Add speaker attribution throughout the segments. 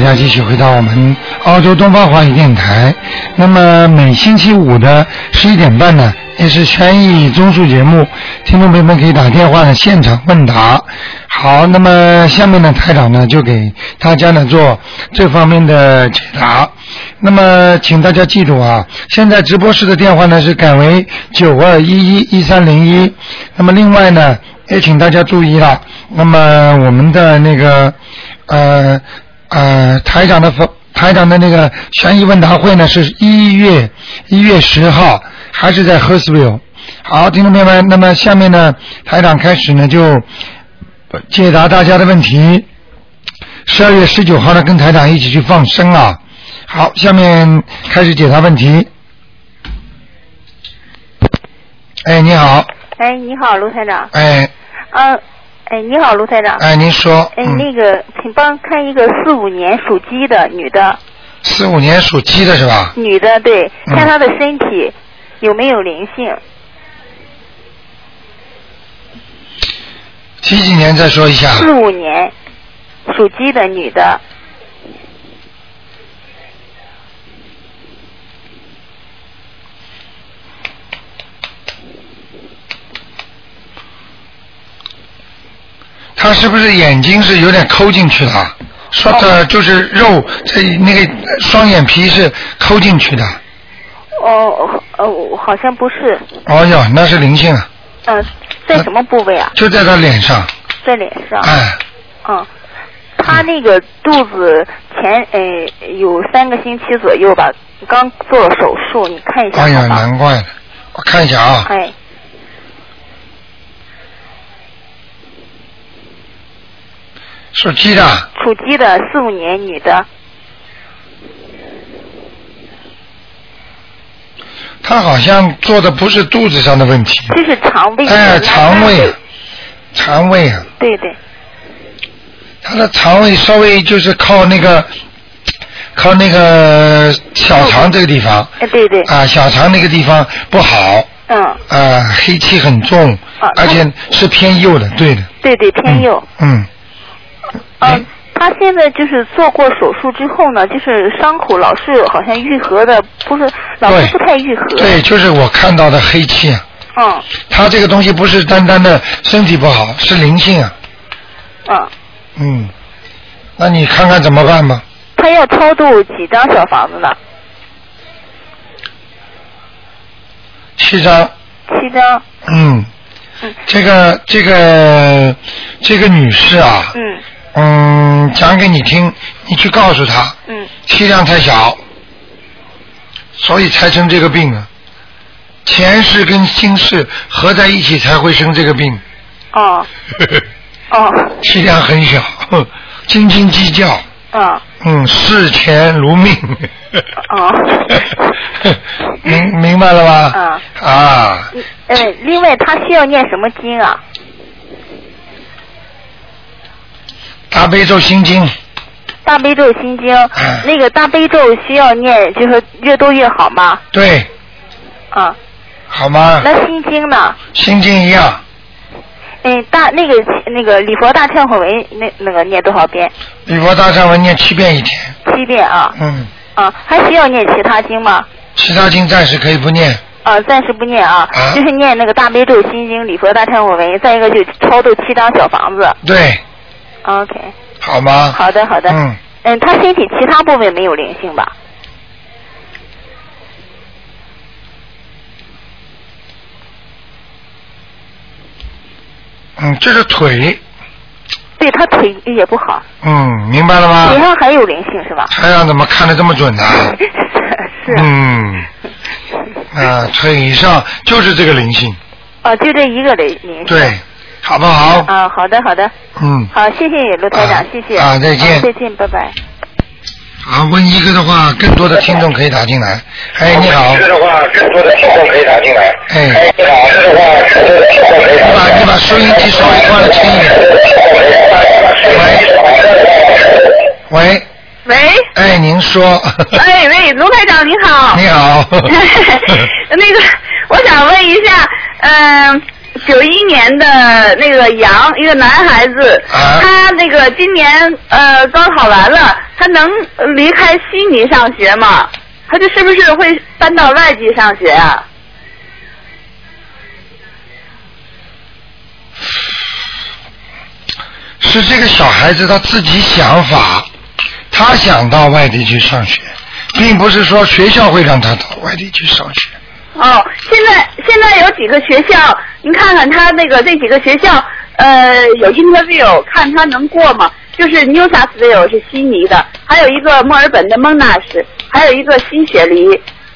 Speaker 1: 家继续回到我们澳洲东方华语电台。那么每星期五的十一点半呢，也是权益综述节目，听众朋友们可以打电话呢现场问答。好，那么下面呢，台长呢就给大家呢做这方面的解答。那么请大家记住啊，现在直播室的电话呢是改为九二一一一三零一。那么另外呢，也请大家注意了，那么我们的那个呃呃台长的访台长的那个悬疑问答会呢是一月一月十号，还是在 Hurstville。好，听众朋友们，那么下面呢，台长开始呢就解答大家的问题。十二月十九号呢，跟台长一起去放生啊。好，下面开始解答问题。哎，你好，
Speaker 2: 哎，你好，卢台长。
Speaker 1: 哎
Speaker 2: 啊，哎，你好，卢台长。
Speaker 1: 哎，您说，
Speaker 2: 哎，
Speaker 1: 嗯，
Speaker 2: 那个，请帮看一个四五年属鸡的女的，
Speaker 1: 四五年属鸡的是吧？
Speaker 2: 女的对，
Speaker 1: 嗯
Speaker 2: 看她的身体有没有灵性。
Speaker 1: 几几年再说一下？
Speaker 2: 四五年属鸡的女的，
Speaker 1: 他是不是眼睛是有点抠进去了？说
Speaker 2: 哦
Speaker 1: 的就是肉，这那个双眼皮是抠进去的。
Speaker 2: 哦，哦，好像不是，
Speaker 1: 哦哟，那是灵性，啊，
Speaker 2: 嗯、在什么部位啊？
Speaker 1: 就在他脸上。
Speaker 2: 在脸上。
Speaker 1: 哎，
Speaker 2: 嗯，她那个肚子前呃有三个星期左右吧，刚做了手术，你看一下
Speaker 1: 哎呀，
Speaker 2: 好吧？
Speaker 1: 难怪了。我看一下啊，
Speaker 2: 哎，
Speaker 1: 属鸡的，
Speaker 2: 属鸡的四五年女的，
Speaker 1: 他好像做的不是肚子上的问题，
Speaker 2: 这是肠胃。
Speaker 1: 哎，肠胃，肠胃啊，
Speaker 2: 对对，
Speaker 1: 他的肠胃稍微就是靠那个，靠那个小肠这个地方
Speaker 2: 哎对对，
Speaker 1: 啊，小肠那个地方不好
Speaker 2: 嗯，
Speaker 1: 啊，黑气很重
Speaker 2: 啊，
Speaker 1: 而且是偏右的，对的，
Speaker 2: 对对偏右。
Speaker 1: 嗯，
Speaker 2: 嗯，她现在就是做过手术之后呢，就是伤口老是好像愈合的不是，老是不太愈合。
Speaker 1: 对，就是我看到的黑气啊，
Speaker 2: 嗯
Speaker 1: 他这个东西不是单单的身体不好，是灵性啊，
Speaker 2: 嗯，
Speaker 1: 嗯，那你看看怎么办吧。
Speaker 2: 她要超度几张小房子呢？
Speaker 1: 七张，
Speaker 2: 七张。
Speaker 1: 嗯，
Speaker 2: 嗯
Speaker 1: 这个这个这个女士啊，
Speaker 2: 嗯
Speaker 1: 嗯，讲给你听，你去告诉她，
Speaker 2: 嗯
Speaker 1: 气量太小，所以才生这个病啊。前世跟今世合在一起才会生这个病，
Speaker 2: 哦哦
Speaker 1: 气量很小， 哼斤斤计较，
Speaker 2: 嗯
Speaker 1: 嗯，视钱如 命。
Speaker 2: 哦
Speaker 1: 明明白了吧？啊，
Speaker 2: 嗯，呃另外她需要念什么经啊？
Speaker 1: 大悲咒心经，
Speaker 2: 大悲咒心经，
Speaker 1: 哎
Speaker 2: 那个大悲咒需要念，就是越多越好吗？
Speaker 1: 对，
Speaker 2: 啊，
Speaker 1: 好吗？
Speaker 2: 那心经呢？
Speaker 1: 心经一样，
Speaker 2: 嗯，大那个那个礼佛大忏悔文那那个念多少遍？
Speaker 1: 礼佛大忏文念七遍一天，
Speaker 2: 七遍啊
Speaker 1: 嗯，
Speaker 2: 啊，还需要念其他经吗？
Speaker 1: 其他经暂时可以不念，
Speaker 2: 啊，暂时不念啊，
Speaker 1: 啊
Speaker 2: 就是念那个大悲咒心经、礼佛大忏悔文，再一个就超度七张小房子。
Speaker 1: 对，
Speaker 2: OK，
Speaker 1: 好吗？
Speaker 2: 好的好的。
Speaker 1: 嗯，
Speaker 2: 嗯，他身体其他部位没有灵性吧？
Speaker 1: 嗯，这是腿，
Speaker 2: 对他腿也不好，
Speaker 1: 嗯，明白了
Speaker 2: 腿
Speaker 1: 吗？
Speaker 2: 上还有灵性是吧？
Speaker 1: 台长怎么看得这么准呢、
Speaker 2: 是啊。
Speaker 1: 嗯，啊，腿上就是这个灵性，
Speaker 2: 哦，就这一个的灵性。。
Speaker 1: 对，好不好？
Speaker 2: 啊，好的好的，
Speaker 1: 嗯，
Speaker 2: 好，谢谢卢台长，
Speaker 1: 啊
Speaker 2: 谢谢。
Speaker 1: 啊再见
Speaker 2: 嗯再见，拜拜。
Speaker 1: 啊，问一个的话，更多的听众可以打进来。哎，你好，
Speaker 3: 这的话，更多的听众可以打进来。
Speaker 1: 哎，
Speaker 3: 你好，这的话，更多的听众可以打
Speaker 1: 你
Speaker 3: 进来。
Speaker 1: 把你把收音机稍微关了轻一点。喂，
Speaker 4: 喂，
Speaker 1: 哎，您说，
Speaker 4: 哎喂，卢台长你 好。
Speaker 1: 你好，
Speaker 4: 那个，我想问一下，嗯、九一年的那个羊，一个男孩子，
Speaker 1: 啊
Speaker 4: 他那个今年呃高考完了，他能离开悉尼上学吗？他这是不是会搬到外地上学啊？
Speaker 1: 是这个小孩子他自己想法，他想到外地去上学，并不是说学校会让他到外地去上学。
Speaker 4: 哦，现在现在有几个学校，您看看他那个这几个学校，呃，有 interview，看他能过吗？就是 New South Wales 是悉尼的，还有一个墨尔本的蒙纳什，还有一个新雪梨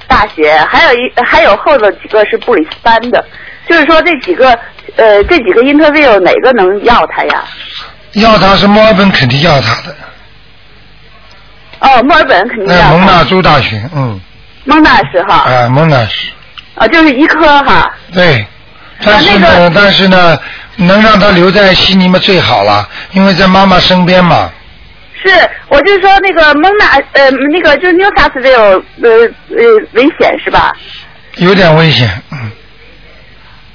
Speaker 4: 大学，还有一还有后头几个是布里斯班的。就是说这几个呃这几个 interview 哪个能要他呀？
Speaker 1: 要他是墨尔本肯定要他的，
Speaker 4: 哦，墨尔本肯定要
Speaker 1: 那
Speaker 4: 他。
Speaker 1: 蒙纳州大学，嗯，
Speaker 4: 蒙纳什哈，啊、
Speaker 1: 啊，蒙纳什，
Speaker 4: 就是医科哈。
Speaker 1: 对，但是
Speaker 4: 那
Speaker 1: 呢，
Speaker 4: 个
Speaker 1: 但是呢，能让他留在悉尼嘛最好了，因为在妈妈身边嘛。
Speaker 4: 是，我就说那个蒙纳呃那个就是 New South Wales 呃呃危险是吧？
Speaker 1: 有点危险，嗯，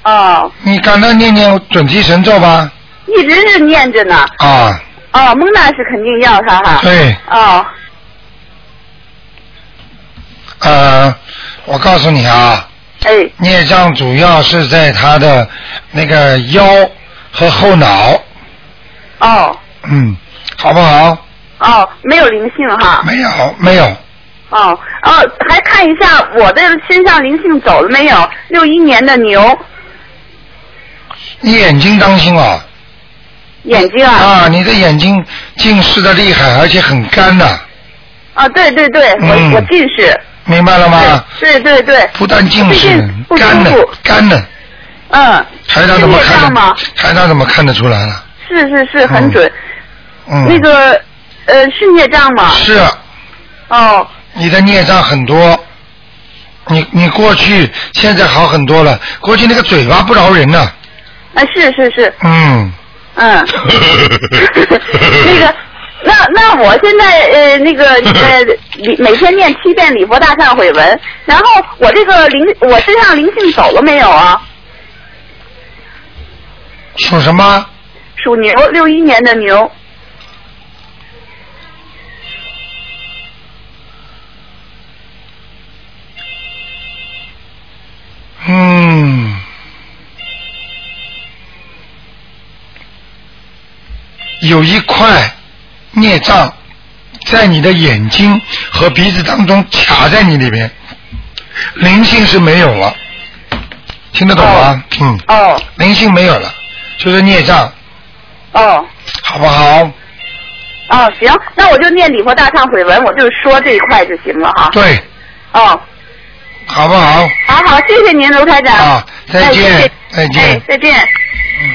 Speaker 4: 哦，
Speaker 1: 你赶快念念准提神咒吧，
Speaker 4: 一直是念着呢。
Speaker 1: 啊，
Speaker 4: 哦，蒙娜是肯定要他哈。
Speaker 1: 对，
Speaker 4: 哦，
Speaker 1: 呃，我告诉你啊，
Speaker 4: 哎，
Speaker 1: 孽障主要是在他的那个腰和后脑，
Speaker 4: 哦，
Speaker 1: 嗯，好不好？
Speaker 4: 哦，没有灵性哈。
Speaker 1: 没有，没有，
Speaker 4: 哦，哦，还看一下我的身上灵性走了没有？六一年的牛
Speaker 1: 你眼睛当心哦，
Speaker 4: 眼睛啊。
Speaker 1: 啊，你的眼睛近视的厉害，而且很干呐、
Speaker 4: 啊，对对对，我、
Speaker 1: 嗯
Speaker 4: 我近视。
Speaker 1: 明白了吗？
Speaker 4: 对对对，
Speaker 1: 不但近视
Speaker 4: 最近，不舒服
Speaker 1: 干的干的，
Speaker 4: 嗯，
Speaker 1: 台长怎么
Speaker 4: 是业
Speaker 1: 看
Speaker 4: 障
Speaker 1: 得
Speaker 4: 吗？
Speaker 1: 台长怎么看得出来了？
Speaker 4: 是是是，很准。
Speaker 1: 嗯，
Speaker 4: 那个呃，是孽障吗？
Speaker 1: 是
Speaker 4: 哦，
Speaker 1: 你的孽障很多，你你过去现在好很多了，过去那个嘴巴不饶人呐、
Speaker 4: 啊，是是是，
Speaker 1: 嗯，
Speaker 4: 嗯。那个，那那我现在呃那个呃礼每天念七遍礼佛大忏悔文，然后我这个灵我身上灵性走了没有啊？
Speaker 1: 属什么？
Speaker 4: 属牛，六一年的牛。
Speaker 1: 嗯，有一块孽障在你的眼睛和鼻子当中卡在你里边，灵性是没有了，听得懂吗？嗯，
Speaker 4: 哦
Speaker 1: 灵性没有了，就是孽障，
Speaker 4: 哦
Speaker 1: 好不好？
Speaker 4: 哦，行，那我就念礼佛大忏悔文，我就说这一块就行了哈。
Speaker 1: 对，
Speaker 4: 哦，
Speaker 1: 好不好？
Speaker 4: 好好，谢谢您，卢台长。
Speaker 1: 啊，再见，
Speaker 4: 哎
Speaker 1: 再
Speaker 4: 谢谢哎
Speaker 1: 见。
Speaker 4: 再见。
Speaker 1: 嗯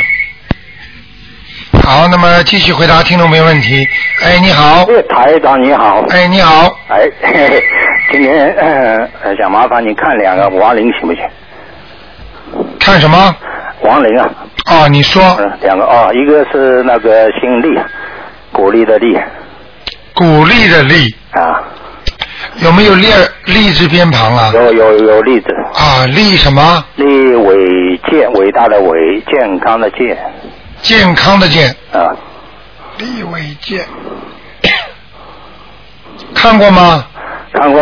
Speaker 1: 好，那么继续回答听众朋友问题。哎，你好，
Speaker 5: 哎，台长你好，
Speaker 1: 哎，你好，
Speaker 5: 哎，嘿嘿今天呃呃想麻烦你看两个亡灵行不行？
Speaker 1: 看什么？
Speaker 5: 亡灵啊，
Speaker 1: 哦，你说。
Speaker 5: 嗯，两个啊、一个是那个姓厉，鼓励的励
Speaker 1: 鼓励的励
Speaker 5: 啊，
Speaker 1: 有没有励励志偏旁啊？
Speaker 5: 有有有例子，
Speaker 1: 啊，励什么？
Speaker 5: 立伟健，伟大的伟，健康的健
Speaker 1: 健康的健，
Speaker 5: 啊，
Speaker 1: 立伟健。看过吗？
Speaker 5: 看过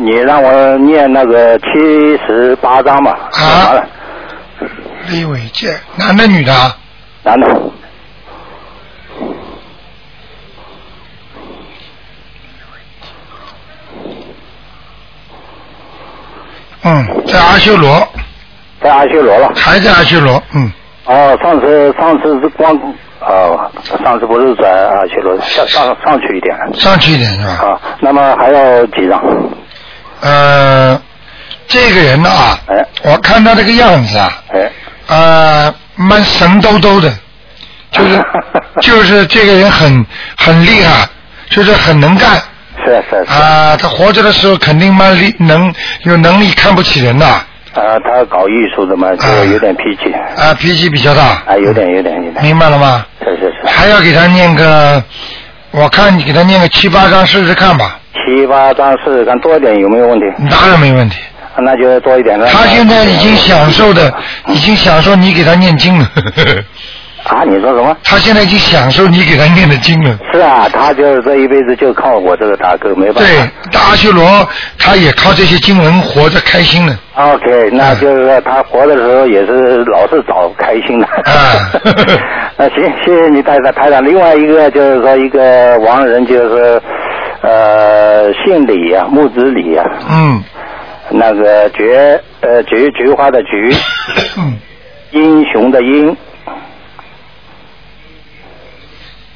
Speaker 5: 你让我念那个七十八章嘛，
Speaker 1: 啊
Speaker 5: 完了，
Speaker 1: 立伟健，男的女的啊？
Speaker 5: 男的，
Speaker 1: 嗯，在阿修罗，
Speaker 5: 在阿修罗了。
Speaker 1: 还在阿修罗。嗯，
Speaker 5: 哦，上次上次是光哦，上次不是在啊去了，上上上去一点
Speaker 1: 上去一点是吧？
Speaker 5: 啊。那么还要几张？
Speaker 1: 呃，这个人啊，
Speaker 5: 哎
Speaker 1: 我看他这个样子啊，
Speaker 5: 哎，
Speaker 1: 呃，蛮神兜兜的，就是 就是这个人很很厉害，就是很能干。
Speaker 5: 是啊是啊是啊
Speaker 1: 啊，他活着的时候肯定蛮力能有能力，看不起人的，
Speaker 5: 啊，他搞艺术的嘛，就有点脾气，
Speaker 1: 啊，脾气比较大，
Speaker 5: 啊，有点有点有点，
Speaker 1: 明白了吗？
Speaker 5: 是是是，
Speaker 1: 还要给他念个，我看你给他念个七八章试试看吧，
Speaker 5: 七八张试试看多一点有没有问题？啊
Speaker 1: 当然没问题。
Speaker 5: 那就多一点了。
Speaker 1: 嗯他现在已经享受的，已经享受你给他念经了。
Speaker 5: 啊，你说什么？
Speaker 1: 他现在已经享受你给他念的经了。
Speaker 5: 是啊，他就是这一辈子就靠我这个大哥，没办
Speaker 1: 对
Speaker 5: 法。，
Speaker 1: 大阿修罗他也靠这些经文活着开心呢。
Speaker 5: OK，那
Speaker 1: 嗯
Speaker 5: 就是说他活的时候也是老是找开心的。
Speaker 1: 啊
Speaker 5: 那行，谢谢你带台台长。另外一个就是说一个亡人就是呃姓李啊，木子李啊，
Speaker 1: 嗯，
Speaker 5: 那个菊呃菊菊花的菊，
Speaker 1: 嗯
Speaker 5: 英雄的英，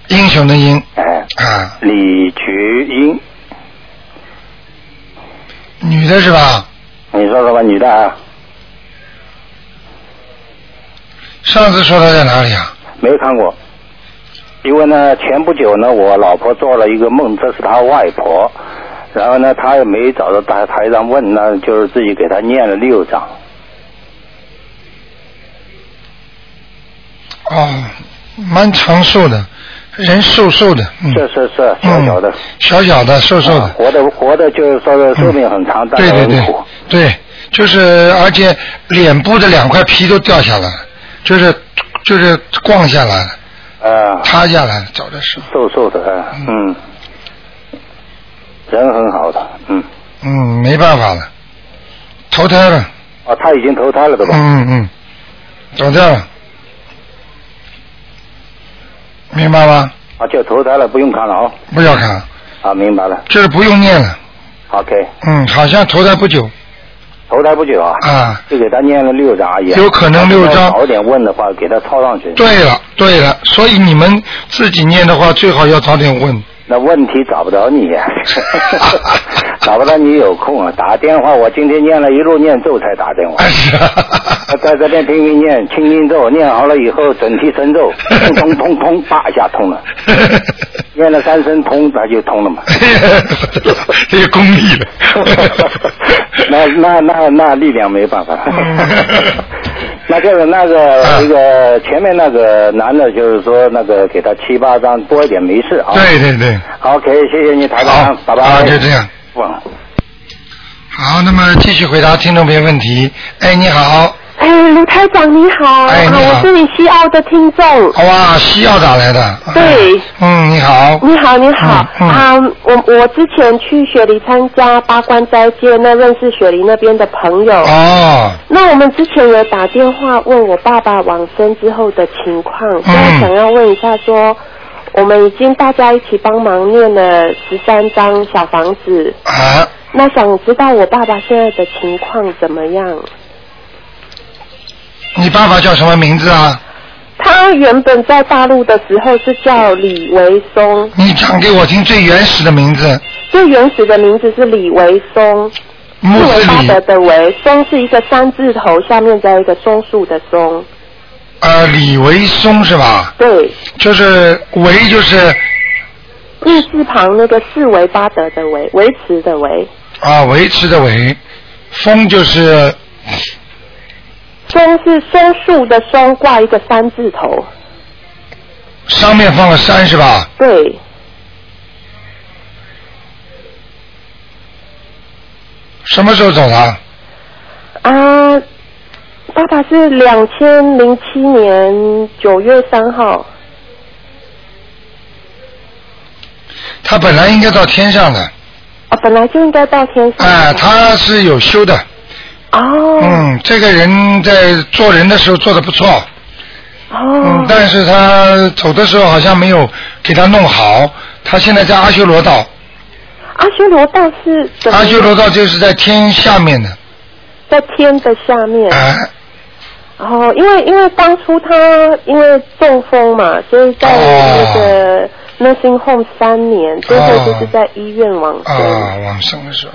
Speaker 1: 英雄的英
Speaker 5: 哎，
Speaker 1: 啊，
Speaker 5: 李菊英，
Speaker 1: 女的是吧？
Speaker 5: 你说什么女的啊？
Speaker 1: 上次说她在哪里啊？
Speaker 5: 没有看过。因为呢，前不久呢，我老婆做了一个梦，这是她外婆，然后呢，她也没找到台台上问，那就是自己给她念了六章。
Speaker 1: 哦，蛮长寿的，人瘦瘦的，嗯，
Speaker 5: 是是是，小小的，
Speaker 1: 嗯小小的，瘦瘦
Speaker 5: 啊
Speaker 1: 的，
Speaker 5: 活的活的，就是说的寿命很长，但
Speaker 1: 对嗯
Speaker 5: 是
Speaker 1: 对
Speaker 5: 很
Speaker 1: 对
Speaker 5: 苦。
Speaker 1: 对，就是而且脸部的两块皮都掉下来了，就是就是逛下来了，
Speaker 5: 啊，
Speaker 1: 塌下来了，走的时候，
Speaker 5: 瘦瘦的，啊嗯，人很好的，嗯，
Speaker 1: 嗯，没办法了，投胎了，
Speaker 5: 哦，他已经投胎了，对吧？
Speaker 1: 嗯嗯，走掉了，明白吗？
Speaker 5: 啊，就投胎了，不用看了哦。
Speaker 1: 不要看，
Speaker 5: 啊，明白了
Speaker 1: 就是不用念了，
Speaker 5: ，OK，
Speaker 1: 嗯，好像投胎不久
Speaker 5: 投胎不久啊。
Speaker 1: 啊。
Speaker 5: 就给他念了六章哎而已。
Speaker 1: 有可能六章
Speaker 5: 早点问的话，给他抄上去。
Speaker 1: 对了，对了，所以你们自己念的话，最好要早点问。
Speaker 5: 那问题找不着你， 找不到你有空啊，打电话。我今天念了一路念咒才打电话
Speaker 1: 哎，是啊
Speaker 5: 在这边拼命念清经咒，念好了以后整体神咒，通通通通，叭一下通了，
Speaker 1: 哎
Speaker 5: 念了三声通，它就通了嘛。
Speaker 1: 这个功力了。
Speaker 5: 那那那那力量 没办法
Speaker 1: 嗯。
Speaker 5: 那就是那个
Speaker 1: 啊
Speaker 5: 那个前面那个男的，就是说那个给他七八张多一点没事啊。
Speaker 1: 对对对，
Speaker 5: OK，谢谢你台
Speaker 1: 好
Speaker 5: 长，，拜拜。
Speaker 1: 啊，就这样。
Speaker 5: 忘
Speaker 6: 嗯
Speaker 5: 了。
Speaker 1: 好，那么继续回答听众朋友问题。哎，你好，
Speaker 7: 哎，卢台长你好，
Speaker 1: 哎你好
Speaker 7: 啊，我是你西澳的听众。
Speaker 1: 哇，啊西澳打来的。
Speaker 7: 对
Speaker 1: 嗯，你好。
Speaker 7: 你好，你好，
Speaker 1: 嗯嗯
Speaker 7: 啊，我我之前去雪梨参加八关斋戒，那认识雪梨那边的朋友。
Speaker 1: 哦，
Speaker 7: 那我们之前有打电话问我爸爸往生之后的情况，
Speaker 1: 嗯
Speaker 7: 那想要问一下说，我们已经大家一起帮忙念了十三张小房子，
Speaker 1: 啊，
Speaker 7: 那想知道我爸爸现在的情况怎么样？
Speaker 1: 你爸爸叫什么名字啊？
Speaker 7: 他原本在大陆的时候是叫李维松，
Speaker 1: 你讲给我听最原始的名字，
Speaker 7: 最原始的名字是李维松，
Speaker 1: 木
Speaker 7: 是
Speaker 1: 字
Speaker 7: 维巴
Speaker 1: 李
Speaker 7: 德的维，松是一个三字头，下面加一个松树的松。
Speaker 1: 呃，李维松是吧？
Speaker 7: 对，
Speaker 1: 就是维就是
Speaker 7: 日字旁那个是维巴德的维，维持的维，
Speaker 1: 啊维持的维，峰就是
Speaker 7: 松是松树的松，挂一个三字头。
Speaker 1: 上面放了山是吧？
Speaker 7: 对，
Speaker 1: 什么时候走的？
Speaker 7: 啊，爸爸是两千零七年九月三号，
Speaker 1: 他本来应该到天上的，
Speaker 7: 啊，本来就应该到天上。
Speaker 1: 哎、他是有修的，
Speaker 7: 哦，
Speaker 1: 嗯，这个人在做人的时候做的不错，嗯
Speaker 7: 哦，，
Speaker 1: 但是他走的时候好像没有给他弄好，他现在在阿修罗道，
Speaker 7: 阿修罗道是怎么
Speaker 1: 阿修罗道就是在天下面的，
Speaker 7: 在天的下面。
Speaker 1: 哎、
Speaker 7: 哦，因为因为当初他因为中风嘛，所以在
Speaker 1: 哦
Speaker 7: 那个 nursing home 三年，最后就是在医院往生。
Speaker 1: 啊，往生的时候。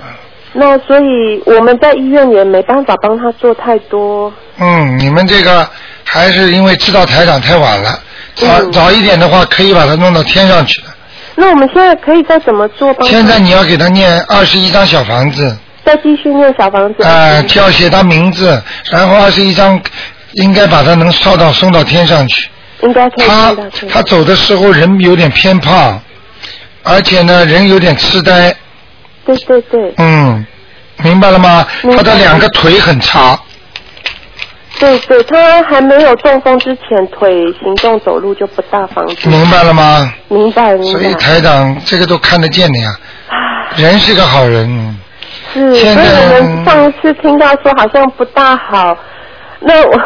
Speaker 7: 那所以我们在医院也没办法帮他做太多。
Speaker 1: 嗯，你们这个还是因为知道台长太晚了，早、
Speaker 7: 嗯
Speaker 1: 早一点的话可以把它弄到天上去的。
Speaker 7: 那我们现在可以再怎么做帮他？
Speaker 1: 现在你要给他念二十一张小房子，
Speaker 7: 再继续念小房子。
Speaker 1: 呃，要写他名字，然后二十一张应该把他能烧到送到天上去。
Speaker 7: 应该可
Speaker 1: 他
Speaker 7: 以看到可以
Speaker 1: 他走的时候人有点偏胖，而且呢人有点痴呆，
Speaker 7: 对对对，
Speaker 1: 嗯，明白了吗？
Speaker 7: 明
Speaker 1: 他
Speaker 7: 白
Speaker 1: 的两个腿很差，
Speaker 7: 对对，他还没有中风之前，腿行动走路就不大方便。
Speaker 1: 明白了吗？
Speaker 7: 明白
Speaker 1: 嗯
Speaker 7: 明
Speaker 1: 所
Speaker 7: 白啊
Speaker 1: 以，台长这个都看得见的呀。人是个好人，嗯
Speaker 7: 是，所以
Speaker 1: 现在
Speaker 7: 我们上次听到说好像不大好，那我。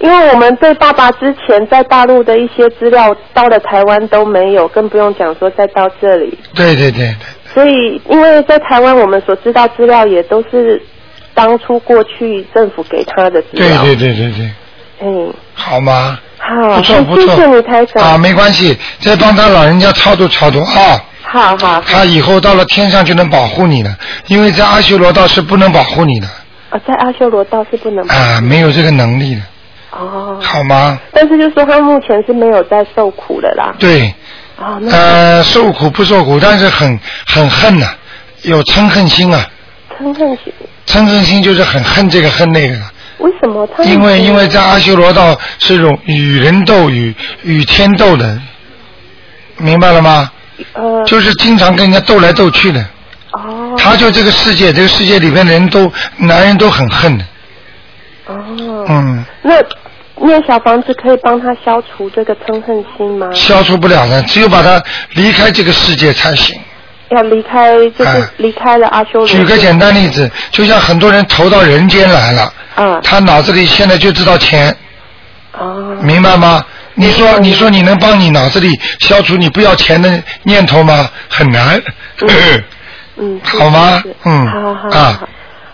Speaker 7: 因为我们对爸爸之前在大陆的一些资料到了台湾都没有，更不用讲说再到这里。
Speaker 1: 对对对对，
Speaker 7: 所以，因为在台湾，我们所知道资料也都是当初过去政府给他的资
Speaker 1: 对
Speaker 7: 料。
Speaker 1: 对对对对，
Speaker 7: 嗯，
Speaker 1: 好吗？
Speaker 7: 哦好，
Speaker 1: 不错不
Speaker 7: 谢
Speaker 1: 错
Speaker 7: 谢你台
Speaker 1: 啊，
Speaker 7: 长。
Speaker 1: 没关系，再帮他老人家超度超度啊，
Speaker 7: 好好好
Speaker 1: 他以后到了天上就能保护你了，因为在阿修罗道是不能保护你的
Speaker 7: 啊，在阿修罗道是不能
Speaker 1: 啊，没有这个能力的，
Speaker 7: 哦，
Speaker 1: 好吗？
Speaker 7: 但是就说他目前是没有在受苦了啦。
Speaker 1: 对，
Speaker 7: 哦，那
Speaker 1: 呃，受苦不受苦，但是很很恨呐、有嗔恨心啊，
Speaker 7: 嗔恨心，
Speaker 1: 嗔恨心就是很恨这个恨那个的。
Speaker 7: 为什么他？
Speaker 1: 因为因为在阿修罗道是一种与人斗与与天斗的，明白了吗？
Speaker 7: 呃
Speaker 1: 就是经常跟人家斗来斗去的。
Speaker 7: 哦
Speaker 1: 他就这个世界，这个世界里面的人都男人都很恨的。
Speaker 7: 哦，
Speaker 1: 嗯，
Speaker 7: 那念小房子可以帮他消除这个嗔恨心吗？
Speaker 1: 消除不了的，只有把他离开这个世界才行。
Speaker 7: 要离开，就是
Speaker 1: 哎
Speaker 7: 离开了阿修罗。
Speaker 1: 举个简单例子，就像很多人投到人间来了，
Speaker 7: 啊
Speaker 1: 他脑子里现在就知道钱，
Speaker 7: 哦，
Speaker 1: 明白吗？你说，你说你能帮你脑子里消除你不要钱的念头吗？很难。
Speaker 7: 嗯，是
Speaker 1: 好吗
Speaker 7: 是是
Speaker 1: 嗯
Speaker 7: 好好
Speaker 1: 啊
Speaker 7: 好
Speaker 1: 啊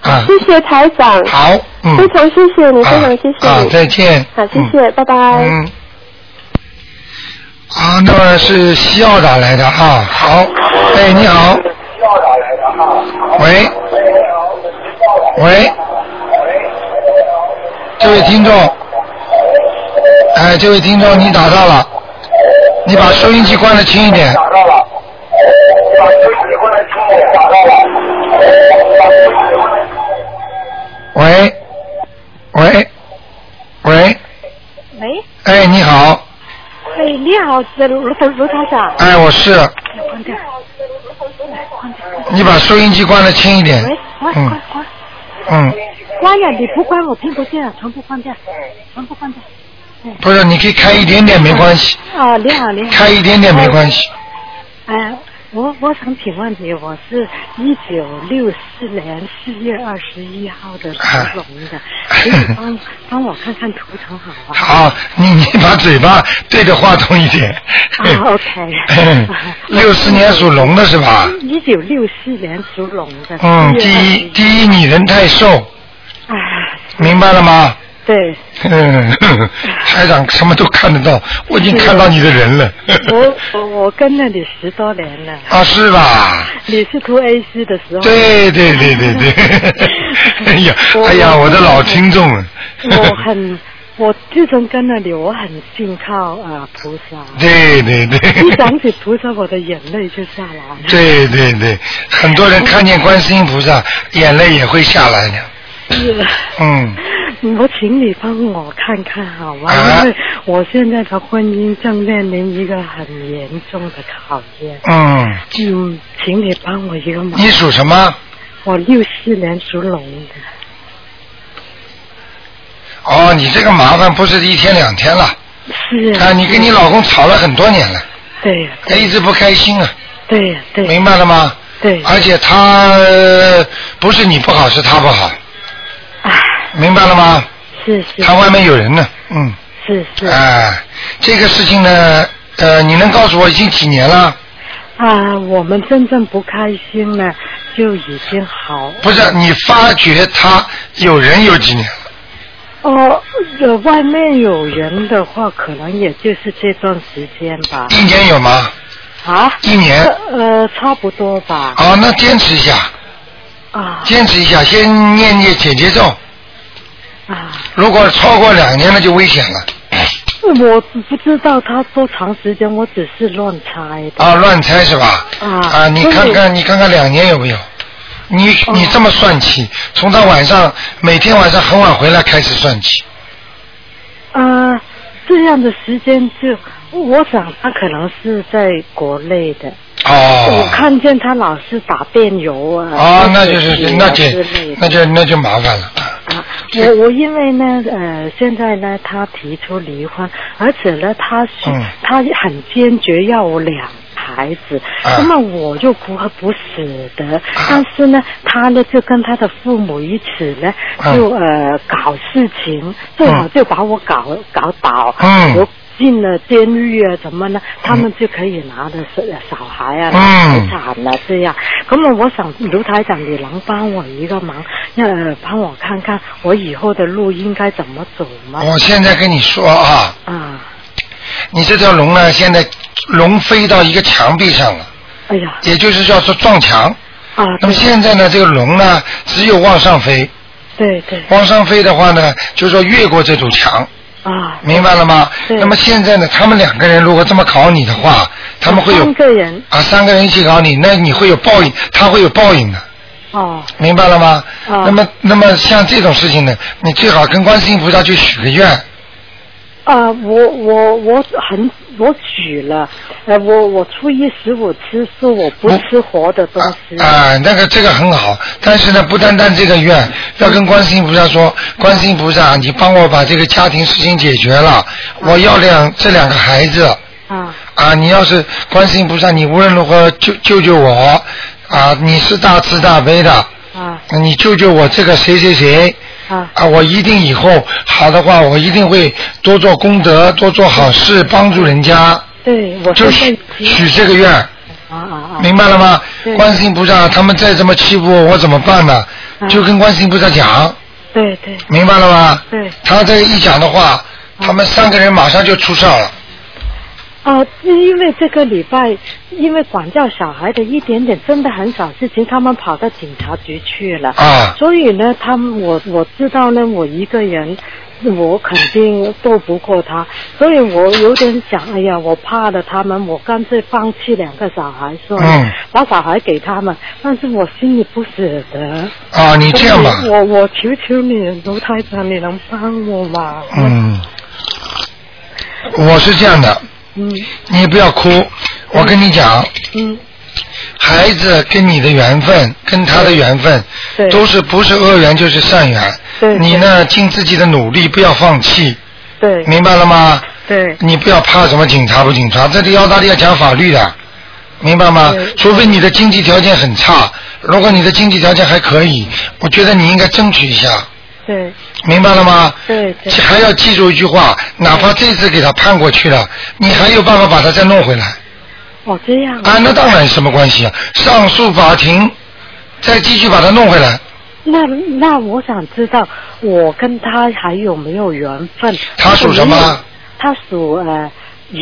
Speaker 7: 好，，谢谢台长，
Speaker 1: 好，嗯，
Speaker 7: 非常谢谢你，非常
Speaker 1: 啊
Speaker 7: 谢谢你，
Speaker 1: 啊，再见，
Speaker 7: 好，谢谢，拜
Speaker 1: 嗯，
Speaker 7: 拜。
Speaker 1: 嗯，啊，那么是西澳打来的啊，好，哎，你好，喂，喂，这位听众，哎，这位听众你打到了，你把收音机关的轻一点，喂，喂，喂，
Speaker 8: 喂，
Speaker 1: 哎，你好，
Speaker 8: 哎，你好，是卢卢卢台长。
Speaker 1: 哎，我是，
Speaker 8: 关掉，关掉，
Speaker 1: 你把收音机关的轻一点
Speaker 8: 喂，，关
Speaker 1: 嗯
Speaker 8: 关关，
Speaker 1: 嗯，
Speaker 8: 关呀！你不关我听不见，全部关掉，全部关掉。
Speaker 1: 不是，你可以开一点点没关系，
Speaker 8: 啊，你好，你好
Speaker 1: 开。一点点没关系，
Speaker 8: 哎，我我想请问你，我是一九六四年四月二十一号的属龙 的，请你帮帮我看看图腾好吗？
Speaker 1: 好，你你把嘴巴对着话筒一点。
Speaker 8: 啊，OK
Speaker 1: 六四年属龙的是吧？
Speaker 8: 一九六四年属龙的。
Speaker 1: 嗯，
Speaker 8: 4月
Speaker 1: 第一
Speaker 8: 21
Speaker 1: 第一，你人太瘦，
Speaker 8: 哎，
Speaker 1: 明白了吗？
Speaker 8: 对。
Speaker 1: 嗯，台长什么都看得到，我已经看到你的人了。
Speaker 8: 我我我跟了你十多年了，
Speaker 1: 啊，是吧？
Speaker 8: 你是读 A C 的时候，
Speaker 1: 对对对对 对，哎呀
Speaker 8: 我
Speaker 1: 哎呀，
Speaker 8: 我
Speaker 1: 我的老听众了。
Speaker 8: 我 很我自从跟了你，我很信靠啊菩萨，
Speaker 1: 对对对。
Speaker 8: 一想起菩萨，我的眼泪就下来了。
Speaker 1: 对对对，很多人看见观世音菩萨，眼泪也会下来的。
Speaker 8: 是
Speaker 1: 嗯，
Speaker 8: 我请你帮我看看好吗？
Speaker 1: 啊
Speaker 8: 因为我现在的婚姻正面临一个很严重的考验。
Speaker 1: 嗯，
Speaker 8: 嗯，请你帮我一个忙。
Speaker 1: 你属什么？
Speaker 8: 我六四年属龙的，
Speaker 1: 哦，你这个麻烦不是一天两天了，
Speaker 8: 是
Speaker 1: 啊，你跟你老公吵了很多年了，
Speaker 8: 对
Speaker 1: 他一直不开心啊，
Speaker 8: 对对
Speaker 1: 明白了吗？
Speaker 8: 对，
Speaker 1: 而且他呃不是你不好，是他不好，
Speaker 8: 唉，
Speaker 1: 明白了吗？
Speaker 8: 是是
Speaker 1: 他外面有人呢，嗯，
Speaker 8: 是是。
Speaker 1: 哎，这个事情呢，呃，你能告诉我已经几年了？
Speaker 8: 啊，我们真正不开心呢，就已经好。
Speaker 1: 不是，你发觉他有人有几年了？
Speaker 8: 哦，有外面有人的话，可能也就是这段时间吧。
Speaker 1: 一年有吗？
Speaker 8: 啊？
Speaker 1: 一年。
Speaker 8: 呃，差不多吧。
Speaker 1: 好，那坚持一下，
Speaker 8: 啊
Speaker 1: 坚持一下，先念念姐姐咒。
Speaker 8: 啊！
Speaker 1: 如果超过两年，那就危险了
Speaker 8: 我不知道他多长时间，我只是乱猜的。
Speaker 1: 啊！乱猜是吧？
Speaker 8: 啊
Speaker 1: 啊，你
Speaker 8: 所以
Speaker 1: 看看，你看看两年有没有？你
Speaker 8: 哦
Speaker 1: 你这么算起，从他晚上每天晚上很晚回来开始算起，
Speaker 8: 啊，这样的时间就，我想他可能是在国内的。
Speaker 1: 哦
Speaker 8: 我看见他老是打变油啊。
Speaker 1: 哦，那就
Speaker 8: 流
Speaker 1: 是
Speaker 8: 血啊
Speaker 1: 那
Speaker 8: 之
Speaker 1: 解
Speaker 8: 类的，
Speaker 1: 那就那就麻烦了。
Speaker 8: 我我因为呢，呃，现在呢，他提出离婚，而且呢，他是、
Speaker 1: 嗯
Speaker 8: 他很坚决要我两孩子，
Speaker 1: 啊
Speaker 8: 那么我就不不舍得，但是呢，他呢就跟他的父母一起呢，
Speaker 1: 嗯
Speaker 8: 就、呃搞事情，最好就把我搞搞倒，
Speaker 1: 嗯
Speaker 8: 我。进了监狱啊，什么呢？他们就可以拿着小小孩啊，
Speaker 1: 嗯
Speaker 8: 拿财产啊，这样。咁么我想卢台长，你能帮我一个忙，呃，帮我看看我以后的路应该怎么走吗？
Speaker 1: 我现哦在跟你说啊，
Speaker 8: 啊，
Speaker 1: 你这条龙呢，现在龙飞到一个墙壁上了，
Speaker 8: 哎呀，
Speaker 1: 也就是叫做撞墙。
Speaker 8: 啊，
Speaker 1: 那么现在呢，这个龙呢，只有往上飞，
Speaker 8: 对对对
Speaker 1: 往上飞的话呢，就是说越过这堵墙，
Speaker 8: 啊，
Speaker 1: 明白了吗？
Speaker 8: 对
Speaker 1: 那么现在呢，他们两个人如果这么搞你的话，他们会有
Speaker 8: 三个人
Speaker 1: 啊三个人一起搞你，那你会有报应，他会有报应的。
Speaker 8: 哦，
Speaker 1: 明白了吗？
Speaker 8: 啊
Speaker 1: 那么，那么像这种事情呢，你最好跟观世音菩萨去许个愿。
Speaker 8: 啊，我我我很我举了，呃，我我初一十五吃素，我不
Speaker 1: 嗯
Speaker 8: 吃活的嗯东
Speaker 1: 啊
Speaker 8: 西。
Speaker 1: 啊，那个这个很好，但是呢，不单单这个愿，要跟观世音菩萨说，观世音菩萨，你帮我把这个家庭事情解决了，
Speaker 8: 嗯
Speaker 1: 我要两这两个孩子
Speaker 8: 啊
Speaker 1: 啊，你要是观世音菩萨，你无论如何救救救我啊，你是大慈大悲的，
Speaker 8: 啊
Speaker 1: 你救救我这个谁谁谁
Speaker 8: 啊
Speaker 1: 啊，我一定以后好的话，我一定会多做功德，多做好事，帮助人家，
Speaker 8: 对，我
Speaker 1: 就
Speaker 8: 现
Speaker 1: 许
Speaker 8: 在已经
Speaker 1: 许这个愿。
Speaker 8: 啊啊啊，
Speaker 1: 明白了吗
Speaker 8: 对？
Speaker 1: 观世音菩萨他们再这么欺负我，我怎么办呢？
Speaker 8: 嗯
Speaker 1: 就跟观世音菩萨讲，
Speaker 8: 对对
Speaker 1: 明白了吗？
Speaker 8: 对。
Speaker 1: 他这一讲的话，他们三个人马上就出事儿了。
Speaker 8: 啊，因为这个礼拜，因为管教小孩的一点点真的很小事情，他们跑到警察局去了。
Speaker 1: 啊
Speaker 8: 所以呢，他们我我知道呢，我一个人，我肯定斗不过他，所以我有点想，哎呀，我怕了他们，我干脆放弃两个小孩算了，
Speaker 1: 嗯
Speaker 8: 把小孩给他们，但是我心里不舍得。
Speaker 1: 啊，你这样吧，
Speaker 8: 所以我我求求你，卢台长，你能帮我吗？
Speaker 1: 嗯，我是这样的，
Speaker 8: 嗯
Speaker 1: 你不要哭。我跟你讲，
Speaker 8: 嗯，
Speaker 1: 孩子跟你的缘分，跟他的缘分，
Speaker 8: 对，
Speaker 1: 都是不是恶缘就是善缘。
Speaker 8: 对
Speaker 1: 你呢，尽自己的努力，不要放弃，
Speaker 8: 对
Speaker 1: 明白了吗？
Speaker 8: 对
Speaker 1: 你不要怕什么警察不警察，这里澳大利亚讲法律的，明白吗
Speaker 8: 对？
Speaker 1: 除非你的经济条件很差，如果你的经济条件还可以，我觉得你应该争取一下，
Speaker 8: 对
Speaker 1: 明白了吗？
Speaker 8: 对对。
Speaker 1: 还要记住一句话，哪怕这次给他判过去了，你还有办法把他再弄回来
Speaker 8: 哦，这样
Speaker 1: 啊？那当然什么关系啊？上诉法庭，再继续把他弄回来，
Speaker 8: 那那我想知道，我跟他还有没有缘分？
Speaker 1: 他属什么
Speaker 8: 我没有？他属呃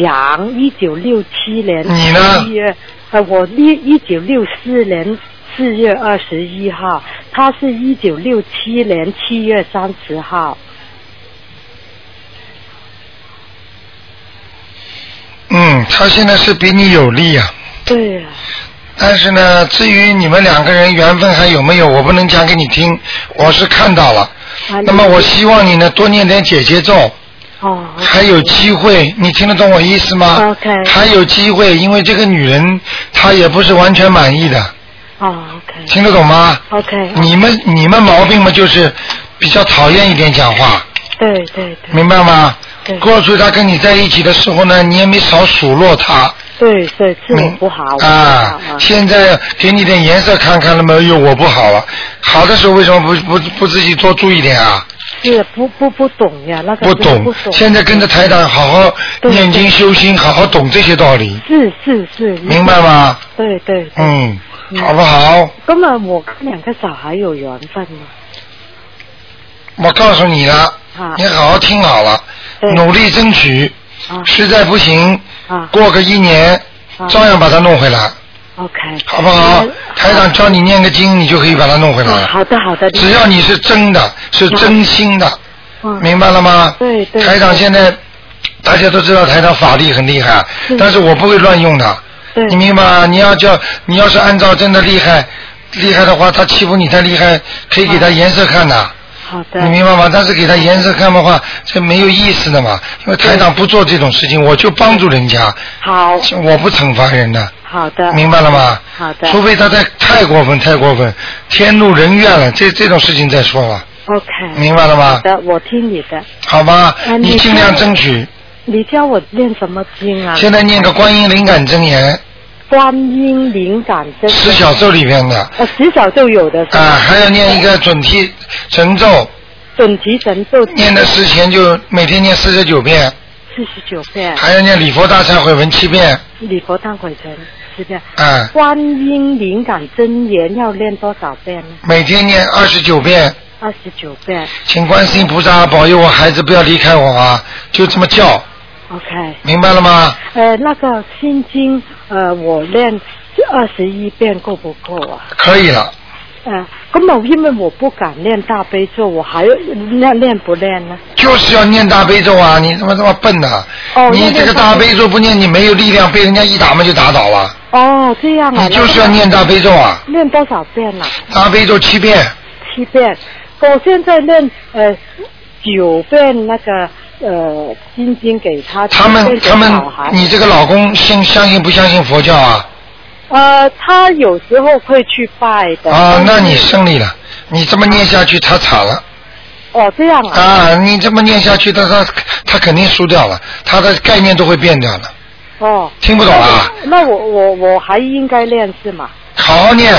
Speaker 8: 羊，一九六七年
Speaker 1: 你呢
Speaker 8: 四月，呃，我一一九六四年四月二十一号，他是一九六七年七月三十号。
Speaker 1: 嗯，他现在是比你有利啊。
Speaker 8: 对呀、
Speaker 1: 但是呢，至于你们两个人缘分还有没有，我不能讲给你听，我是看到了。
Speaker 8: 啊
Speaker 1: 那么我希望你呢多念点姐姐咒，
Speaker 8: 哦，
Speaker 1: 还有机会，你听得懂我意思吗
Speaker 8: OK
Speaker 1: 还有机会，因为这个女人她也不是完全满意的，
Speaker 8: 哦，OK
Speaker 1: 听得懂吗？
Speaker 8: OK，
Speaker 1: 你们你们毛病嘛就是比较讨厌一点讲话，
Speaker 8: 对对对
Speaker 1: 明白吗
Speaker 8: 嗯对？
Speaker 1: 过去她跟你在一起的时候呢，你也没少数落她。
Speaker 8: 对对，是我
Speaker 1: 嗯
Speaker 8: 不好，我不好
Speaker 1: 啊！现在给你点颜色看看了没有？我不好了。好的时候为什么不不不自己多注意点啊？
Speaker 8: 是不不不懂呀，那个
Speaker 1: 不
Speaker 8: 时候
Speaker 1: 懂，
Speaker 8: 不懂
Speaker 1: 现在跟着台长好好
Speaker 8: 对
Speaker 1: 念经
Speaker 8: 对
Speaker 1: 修心，好好懂这些道理，
Speaker 8: 是是是，
Speaker 1: 明白吗？
Speaker 8: 对对，对
Speaker 1: 嗯，
Speaker 8: 嗯
Speaker 1: 好不好？
Speaker 8: 根本我跟两个小孩有缘分啊嘛，
Speaker 1: 我告诉你了，
Speaker 8: 啊
Speaker 1: 你好好听好了，
Speaker 8: 对
Speaker 1: 努力争取，
Speaker 8: 啊
Speaker 1: 实在不行，
Speaker 8: 啊
Speaker 1: 过个一年
Speaker 8: 啊
Speaker 1: 照样把它弄回来，
Speaker 8: ，OK，
Speaker 1: 好不好？台长教你念个经，你就可以把它弄回来
Speaker 8: 啊
Speaker 1: 了。
Speaker 8: 好的好的，啊
Speaker 1: 只要你是真的，是真心的，
Speaker 8: 嗯
Speaker 1: 明白了吗？
Speaker 8: 对对
Speaker 1: 台长现在大家都知道台长法力很厉害啊
Speaker 8: 是，
Speaker 1: 但是我不会乱用的，
Speaker 8: 对
Speaker 1: 你明白吗？你要叫你要是
Speaker 8: 嗯
Speaker 1: 按照真的厉害厉害的话，他欺负你太厉害，可以给他颜色看的。
Speaker 8: 好的。
Speaker 1: 你明白吗？但是给他颜色看的话，这没有意思的嘛。因为台长不做这种事情，我就帮助人家，
Speaker 8: 好，
Speaker 1: 我不惩罚人的，
Speaker 8: 好的，
Speaker 1: 明白了吗？
Speaker 8: 好的，
Speaker 1: 除非他太太过分，太过分，天怒人怨了，这这种事情再说了，
Speaker 8: OK，
Speaker 1: 明白了吗
Speaker 8: 好的，我听你的。
Speaker 1: 好吧
Speaker 8: 啊？
Speaker 1: 你
Speaker 8: 你
Speaker 1: 尽量
Speaker 8: 看
Speaker 1: 争取。
Speaker 8: 你教我念什么经啊？
Speaker 1: 现在念个观音灵感真言，
Speaker 8: 观音灵感真言
Speaker 1: 十小咒里面的，
Speaker 8: 呃，十小咒有的是
Speaker 1: 啊、
Speaker 8: 吧
Speaker 1: 还要念一个准提神咒，
Speaker 8: 准提神咒
Speaker 1: 念的之前就每天念四十九遍，
Speaker 8: 四十九遍，
Speaker 1: 还要念礼佛大忏悔文七遍，
Speaker 8: 礼佛忏悔神十遍。
Speaker 1: 啊、
Speaker 8: 观音灵感真言要念多少遍呢？
Speaker 1: 每天念二十九遍，
Speaker 8: 二十九遍。
Speaker 1: 请观世音菩萨保佑我孩子不要离开我啊！就这么叫，
Speaker 8: OK，
Speaker 1: 明白了吗？
Speaker 8: 呃，那个心经，呃，我念二十一遍够不够啊？
Speaker 1: 可以了，
Speaker 8: 呃，根本因为我不敢念大悲咒，我还要念念不念呢？
Speaker 1: 就是要念大悲咒啊！你怎么这么笨呢、
Speaker 8: 哦
Speaker 1: 你
Speaker 8: 念
Speaker 1: 这个
Speaker 8: 念大
Speaker 1: 大
Speaker 8: 悲
Speaker 1: 悲咒不念，你没有力量，被人家一打嘛就打倒啊了。
Speaker 8: 哦，这样啊。
Speaker 1: 你就是要念大悲咒啊！
Speaker 8: 念多少遍了、
Speaker 1: 大悲咒七遍，
Speaker 8: 七遍。我现在念呃九遍那个呃心经给他。
Speaker 1: 他
Speaker 8: 七
Speaker 1: 们
Speaker 8: 遍给
Speaker 1: 他们
Speaker 8: 小孩，
Speaker 1: 你这个老公信相信不相信佛教啊？
Speaker 8: 呃，他有时候会去拜的。
Speaker 1: 啊，那
Speaker 8: 哦但是
Speaker 1: 你胜利了，你这么念下去，他惨了
Speaker 8: 哦这样啊？
Speaker 1: 啊！你这么念下去，他他他肯定输掉了，他的概念都会变掉了。
Speaker 8: 哦，
Speaker 1: 听不懂啊？
Speaker 8: 那我我我还应该练是吗？
Speaker 1: 好好念，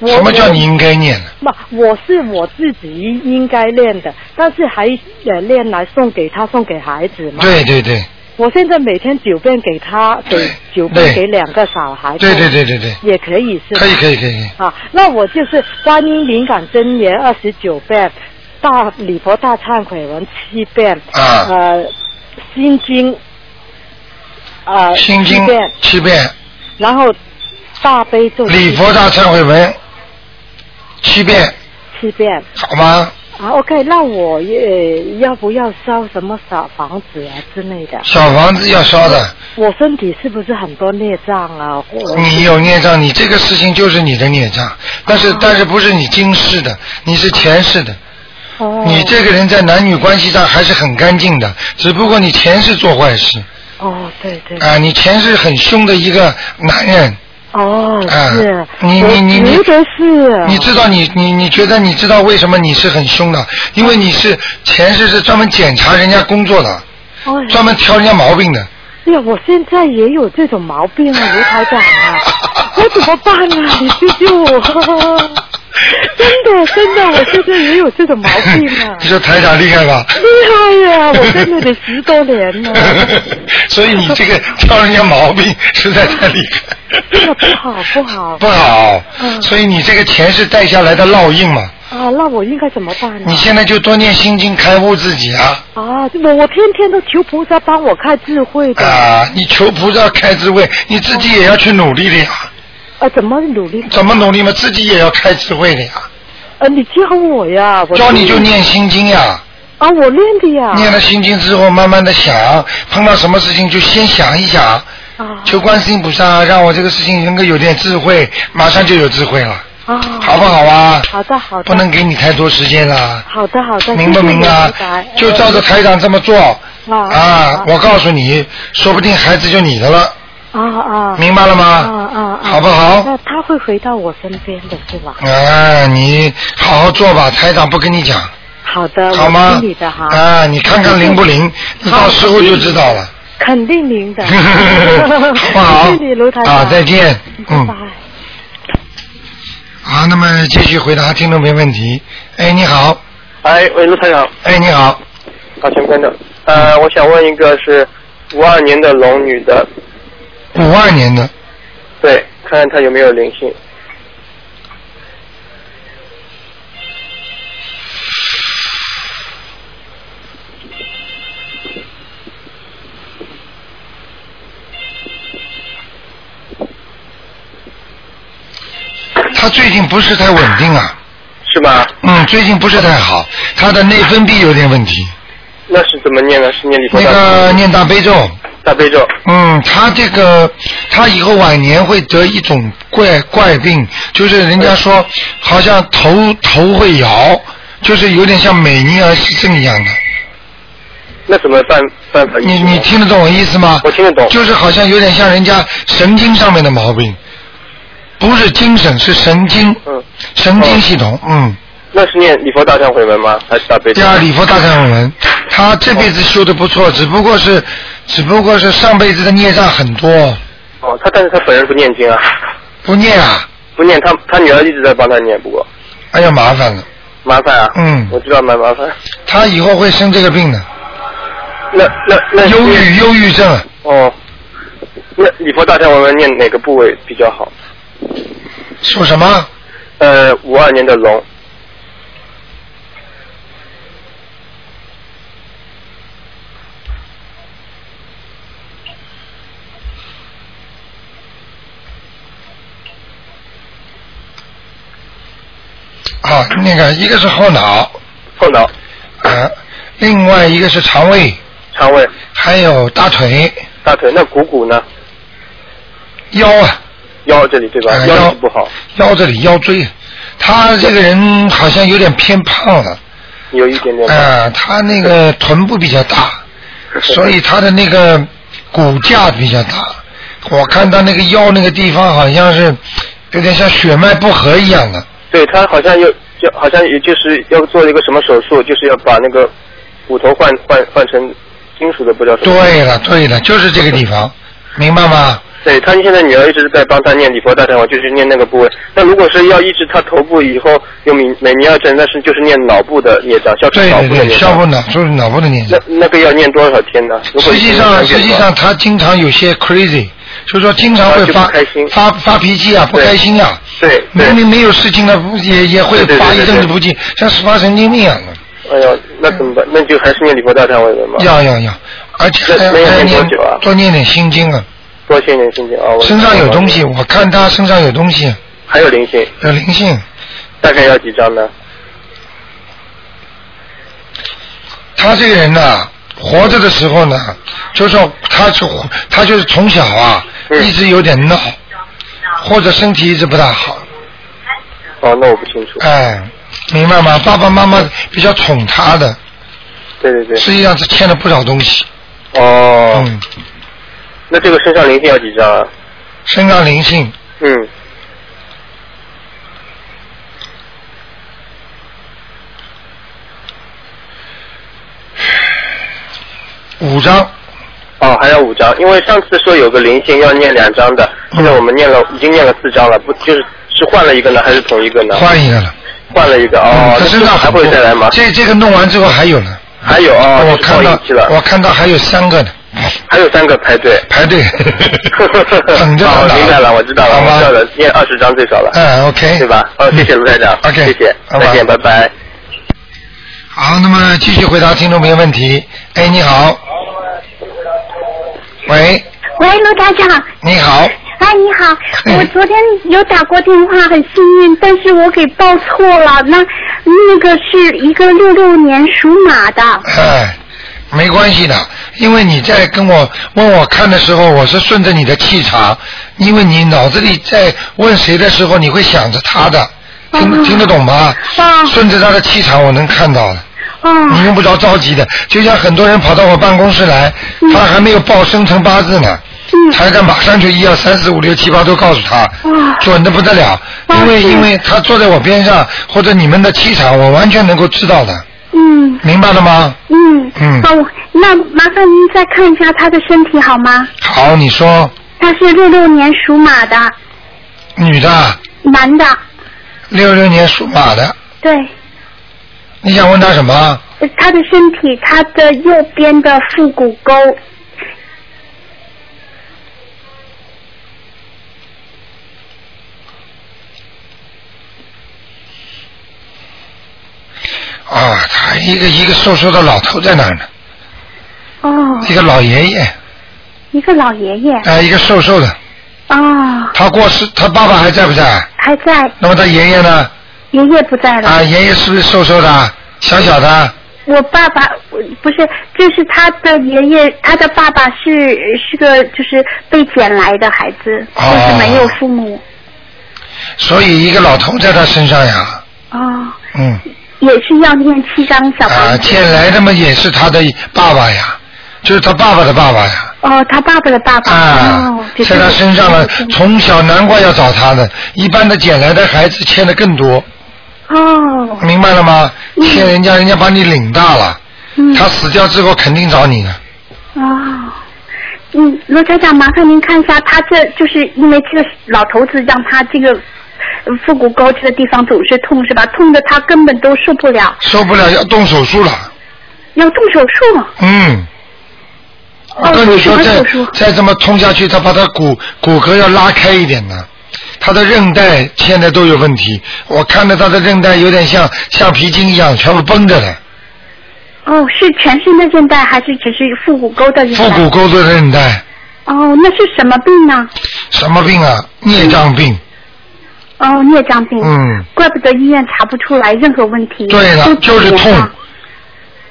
Speaker 8: 我
Speaker 1: 什么叫你应该念呢？
Speaker 8: 不，我是我自己应该练的，但是还呃练来送给他，送给孩子嘛。
Speaker 1: 对对对
Speaker 8: 我现在每天九遍给他，给
Speaker 1: 对
Speaker 8: 九遍
Speaker 1: 对
Speaker 8: 给两个小孩。
Speaker 1: 对对。对对对，
Speaker 8: 也可以是吧
Speaker 1: 可以可以可以，
Speaker 8: 啊，那我就是观音灵感真言二十九遍，大礼佛大忏悔文七遍，
Speaker 1: 啊
Speaker 8: 呃，心经，呃，
Speaker 1: 心经
Speaker 8: 七遍，
Speaker 1: 七遍，
Speaker 8: 然后大悲咒
Speaker 1: 礼佛大忏悔文七遍，
Speaker 8: 七遍
Speaker 1: 好吗？
Speaker 8: 啊，OK，那我也要不要烧什么小房子啊之类的？
Speaker 1: 小房子要烧的，
Speaker 8: 我身体是不是很多孽障啊？我
Speaker 1: 你有孽障，你这个事情就是你的孽障，但是但是不是你今世的，你是前世的。
Speaker 8: 哦，
Speaker 1: 你这个人在男女关系上还是很干净的，只不过你前世做坏事
Speaker 8: 哦，对对，
Speaker 1: 啊、你前世很凶的一个男人，
Speaker 8: 哦，
Speaker 1: 啊
Speaker 8: 是，
Speaker 1: 你
Speaker 8: 我
Speaker 1: 你你你
Speaker 8: 觉得是，
Speaker 1: 你知道你你你觉得你知道为什么你是很凶的？因为你是前世是专门检查人家工作的，
Speaker 8: 哦
Speaker 1: 专门挑人家毛病的。，
Speaker 8: 哎呀，我现在也有这种毛病啊，卢台长啊，我怎么办啊？ 你救救我！真的，真的，我现在也有这种毛病 啊
Speaker 1: 你说台长厉害吧？
Speaker 8: 厉害呀、我跟了你十多年了，
Speaker 1: 所以你这个挑人家毛病实在太厉
Speaker 8: 这
Speaker 1: 害
Speaker 8: 个。不好不好
Speaker 1: 不好，
Speaker 8: 嗯
Speaker 1: 所以你这个前世带下来的烙印嘛，
Speaker 8: 啊，那我应该怎么办呢、
Speaker 1: 你现在就多念心经开悟自己啊
Speaker 8: 啊？我我天天都求菩萨帮我开智慧的，啊，
Speaker 1: 啊！你求菩萨开智慧，你自己也要去努力的呀。
Speaker 8: 啊怎么努力？
Speaker 1: 怎么努力嘛？自己也要开智慧的呀。
Speaker 8: 呃，你教我呀，我
Speaker 1: 教你就念心经呀，
Speaker 8: 啊，我练的呀，
Speaker 1: 念了心经之后，慢慢的想，碰到什么事情就先想一想，
Speaker 8: 啊
Speaker 1: 求观世音菩萨让我这个事情能够有点智慧，马上就有智慧了，
Speaker 8: 啊，
Speaker 1: 好不好啊？
Speaker 8: 好的好的
Speaker 1: 不能给你太多时间了。
Speaker 8: 好的好的，
Speaker 1: 明不
Speaker 8: 谢谢
Speaker 1: 明啊
Speaker 8: 卢台长？
Speaker 1: 就照着台长这么做
Speaker 8: 啊
Speaker 1: 啊
Speaker 8: 啊！
Speaker 1: 我告诉你，说不定孩子就你的了，
Speaker 8: 啊啊，
Speaker 1: 明白了
Speaker 8: 啊
Speaker 1: 吗？
Speaker 8: 啊啊，
Speaker 1: 好不好？
Speaker 8: 那他会回到我身边的是吧？
Speaker 1: 啊，你好好做吧，台长不跟你讲，
Speaker 8: 好的，
Speaker 1: 好
Speaker 8: 我
Speaker 1: 吗
Speaker 8: 听你的？哈，
Speaker 1: 啊，你看看灵不灵，你到时候就知道了。
Speaker 8: 肯定您的，
Speaker 1: 好不好
Speaker 8: 谢谢你卢台？长，
Speaker 1: 啊，再，见。
Speaker 8: 拜
Speaker 1: 嗯，
Speaker 8: 拜。
Speaker 1: 好，那么继续回答听众朋友问题。哎，你好，
Speaker 9: 哎，喂，卢台长，
Speaker 1: 哎，你好，
Speaker 9: 啊，请观众，呃，我想问一个是五二年的龙女的，
Speaker 1: 五二年的，
Speaker 9: 对，看看她有没有灵性。
Speaker 1: 他最近不是太稳定啊，
Speaker 9: 是吗？
Speaker 1: 嗯，最近不是太好，他的内分泌有点问题。
Speaker 9: 那是怎么念呢？是念礼佛
Speaker 1: 那
Speaker 9: 大
Speaker 1: 个念大悲咒，
Speaker 9: 大悲咒？
Speaker 1: 嗯，他这个他以后晚年会得一种怪怪病，就是人家说好像头头会摇，就是有点像美尼尔氏症一样的。
Speaker 9: 那怎么办办法？
Speaker 1: 你你听得懂我意思吗？
Speaker 9: 我听得懂。
Speaker 1: 就是好像有点像人家神经上面的毛病，不是精神是神经，
Speaker 9: 嗯，哦
Speaker 1: 神经系统，嗯。
Speaker 9: 那是念礼佛大忏悔文吗？还是大悲咒？
Speaker 1: 第二，礼佛大忏悔文，他这辈子修的不错，只不过是，只不过是上辈子的孽障很多，
Speaker 9: 哦，他但是他本人不念经啊，
Speaker 1: 不念啊，
Speaker 9: 不念，他他女儿一直在帮他念，不过
Speaker 1: 哎呀麻烦了，
Speaker 9: 麻烦啊。
Speaker 1: 嗯
Speaker 9: 我知道蛮麻烦。
Speaker 1: 他以后会生这个病的，
Speaker 9: 那那那
Speaker 1: 忧郁忧郁症，
Speaker 9: 哦，那礼佛大忏悔文念哪个部位比较好？
Speaker 1: 属什么？
Speaker 9: 呃，五二年的龙，
Speaker 1: 啊，那个一个是后脑
Speaker 9: 后脑、
Speaker 1: 啊，另外一个是肠胃，
Speaker 9: 肠胃、
Speaker 1: 还有大腿、
Speaker 9: 大腿，那股骨呢？
Speaker 1: 腰啊，
Speaker 9: 腰这里对吧？
Speaker 1: 哎
Speaker 9: 腰
Speaker 1: 腰
Speaker 9: 一直不好，
Speaker 1: 腰这里腰椎，他这个人好像有点偏胖了。
Speaker 9: 有一点点。
Speaker 1: 啊，他那个臀部比较大，所以他的那个骨架比较大。我看他那个腰那个地方好像是有点像血脉不和一样的。
Speaker 9: 对他好像要就好像也就是要做一个什么手术，就是要把那个骨头换换换成金属的，不知道什么。
Speaker 1: 对了，对了，就是这个地方，明白吗？
Speaker 9: 对他现在女儿一直在帮他念礼佛大忏悔，就是念那个部位。那如果是要抑制他头部以后有美美尼尔症，那是就是念脑部的孽障，消除
Speaker 1: 对
Speaker 9: 脑
Speaker 1: 对
Speaker 9: 部的
Speaker 1: 对，
Speaker 9: 孽
Speaker 1: 消
Speaker 9: 障。
Speaker 1: 部脑就是脑部的念
Speaker 9: 那那个要念多少天呢？如果
Speaker 1: 实际上，实际上他经常有些 crazy，就是说经常会
Speaker 9: 啊就不
Speaker 1: 发
Speaker 9: 开心
Speaker 1: 发发脾气啊，不
Speaker 9: 对
Speaker 1: 开心啊，
Speaker 9: 对对
Speaker 1: 明，明没有事情了，不也也会
Speaker 9: 对对对
Speaker 1: 发一
Speaker 9: 对
Speaker 1: 阵子
Speaker 9: 对
Speaker 1: 不进，像发神经病一样的。
Speaker 9: 哎呀，那怎么办？那就还是念礼佛大忏悔文吧。
Speaker 1: 要要要，而且还要
Speaker 9: 那没有
Speaker 1: 还要
Speaker 9: 念多
Speaker 1: 念
Speaker 9: 久啊
Speaker 1: 多念点心经啊，
Speaker 9: 多谢念心经啊！我
Speaker 1: 身上有东西，，我看他身上有东西，
Speaker 9: 还有灵性，
Speaker 1: 有灵性，
Speaker 9: 大概要几张呢？
Speaker 1: 他这个人呢、活着的时候呢，就说他就他就是从小啊，
Speaker 9: 嗯
Speaker 1: 一直有点闹，或者身体一直不大好，
Speaker 9: 哦，那我不清楚。
Speaker 1: 哎，明白吗？爸爸妈妈比较宠他的，
Speaker 9: 对对对。
Speaker 1: 实际上是欠了不少东西。
Speaker 9: 哦，
Speaker 1: 嗯，
Speaker 9: 那这个身上灵性要几张啊？
Speaker 1: 身上灵性，
Speaker 9: 嗯，
Speaker 1: 五张，
Speaker 9: 哦，还要五张，因为上次说有个灵性要念两张的，
Speaker 1: 嗯
Speaker 9: 现在我们念了，已经念了四张了，不就是是换了一个呢，还是同一个呢？
Speaker 1: 换一个了。
Speaker 9: 换了一个
Speaker 1: 嗯
Speaker 9: 嗯哦，
Speaker 1: 他
Speaker 9: 那
Speaker 1: 身上
Speaker 9: 还
Speaker 1: 很多
Speaker 9: 会再来吗？
Speaker 1: 这这个弄完之后还有呢。
Speaker 9: 还有哦，
Speaker 1: 我
Speaker 9: 这是
Speaker 1: 看
Speaker 9: 报
Speaker 1: 到
Speaker 9: 应期了，
Speaker 1: 我看到还有三个呢，
Speaker 9: 还有三个排队。
Speaker 1: 排 队
Speaker 9: 哦，
Speaker 1: 等着呢
Speaker 9: 明白了，我知道了，
Speaker 1: 好
Speaker 9: 我知道
Speaker 1: 吗？
Speaker 9: 了，念二十张最少了，
Speaker 1: 嗯，OK，
Speaker 9: 对？吧？哦，谢谢卢台长
Speaker 1: 嗯，OK，
Speaker 9: 谢谢，
Speaker 1: 好吧
Speaker 9: 再见，拜拜。
Speaker 1: 好，那么继续回答听众朋友问题。哎，你好。喂，
Speaker 10: 喂，卢台长，
Speaker 1: 你好，
Speaker 10: 哎，你好，我昨天有打过电话，很幸运，但是我给报错了，那那个是一个六六年属马的，
Speaker 1: 哎，没关系的，因为你在跟我问我看的时候，我是顺着你的气场，因为你脑子里在问谁的时候，你会想着他的，听听得懂吗？
Speaker 10: 啊
Speaker 1: 顺着他的气场，我能看到的。你
Speaker 10: 哦，
Speaker 1: 用不着着急的，就像很多人跑到我办公室来，他还没有报生辰八字呢，台长马上就一二三四五六七八都告诉他，准的不得了，因为因为他坐在我边上或者你们的气场，我完全能够知道的，
Speaker 10: 嗯
Speaker 1: 明白了吗？
Speaker 10: 嗯，
Speaker 1: 嗯
Speaker 10: 哦，那麻烦您再看一下他的身体好吗？
Speaker 1: 好，你说
Speaker 10: 他是六六年属马的，
Speaker 1: 女的，
Speaker 10: 男的，
Speaker 1: 六六年属马的，
Speaker 10: 对，
Speaker 1: 你想问他什么？
Speaker 10: 呃他的身体，他的右边的腹股沟，
Speaker 1: 啊，他一个一个瘦瘦的老头在那儿呢，
Speaker 10: 哦，
Speaker 1: 一个老爷爷，
Speaker 10: 一个老爷爷，
Speaker 1: 啊、一个瘦瘦的，
Speaker 10: 哦，
Speaker 1: 他过世，他爸爸还在不在？
Speaker 10: 还在，
Speaker 1: 那么他爷爷呢？
Speaker 10: 爷爷不在了。
Speaker 1: 啊，爷爷是不是瘦瘦的、小小的？
Speaker 10: 我爸爸我不是，就是他的爷爷，他的爸爸是是个就是被捡来的孩子，就
Speaker 1: 哦
Speaker 10: 是没有父母。
Speaker 1: 所以一个老头在他身上呀。
Speaker 10: 哦，
Speaker 1: 嗯，
Speaker 10: 也是要念七张小房
Speaker 1: 啊，
Speaker 10: 子。
Speaker 1: 欠来的嘛也是他的爸爸呀，就是他爸爸的爸爸呀，
Speaker 10: 哦，他爸爸的爸爸。
Speaker 1: 啊
Speaker 10: 哦，这
Speaker 1: 在
Speaker 10: 是
Speaker 1: 他身上了，从小难怪要找他的，一般的捡来的孩子欠的更多，
Speaker 10: 哦，
Speaker 1: 明白了吗？欠人家，人家把你领大了，
Speaker 10: 嗯
Speaker 1: 他死掉之后肯定找你的，
Speaker 10: 哦，嗯，罗台长，麻烦您看一下，他这就是因为这个老头子让他这个呃腹股沟这个地方总是痛，是吧？痛的他根本都受不了，
Speaker 1: 受不了要动手术了，
Speaker 10: 要动手术了。
Speaker 1: 嗯。我
Speaker 10: 哦
Speaker 1: 跟你说，
Speaker 10: 动
Speaker 1: 再
Speaker 10: 手术
Speaker 1: 再这么痛下去，他把他骨骨骼要拉开一点呢，他的韧带现在都有问题，我看着他的韧带有点像橡皮筋一样，全部绷着的，
Speaker 10: 哦，是全身的韧带还是只是腹股沟的韧带？
Speaker 1: 腹股沟的韧带，
Speaker 10: 哦，那是什么病呢？
Speaker 1: 什么病啊？
Speaker 10: 嗯
Speaker 1: 孽障病。
Speaker 10: 哦，孽障病。
Speaker 1: 嗯，
Speaker 10: 怪不得医院查不出来任何问题。
Speaker 1: 对了
Speaker 10: 都，
Speaker 1: 就是
Speaker 10: 我
Speaker 1: 痛。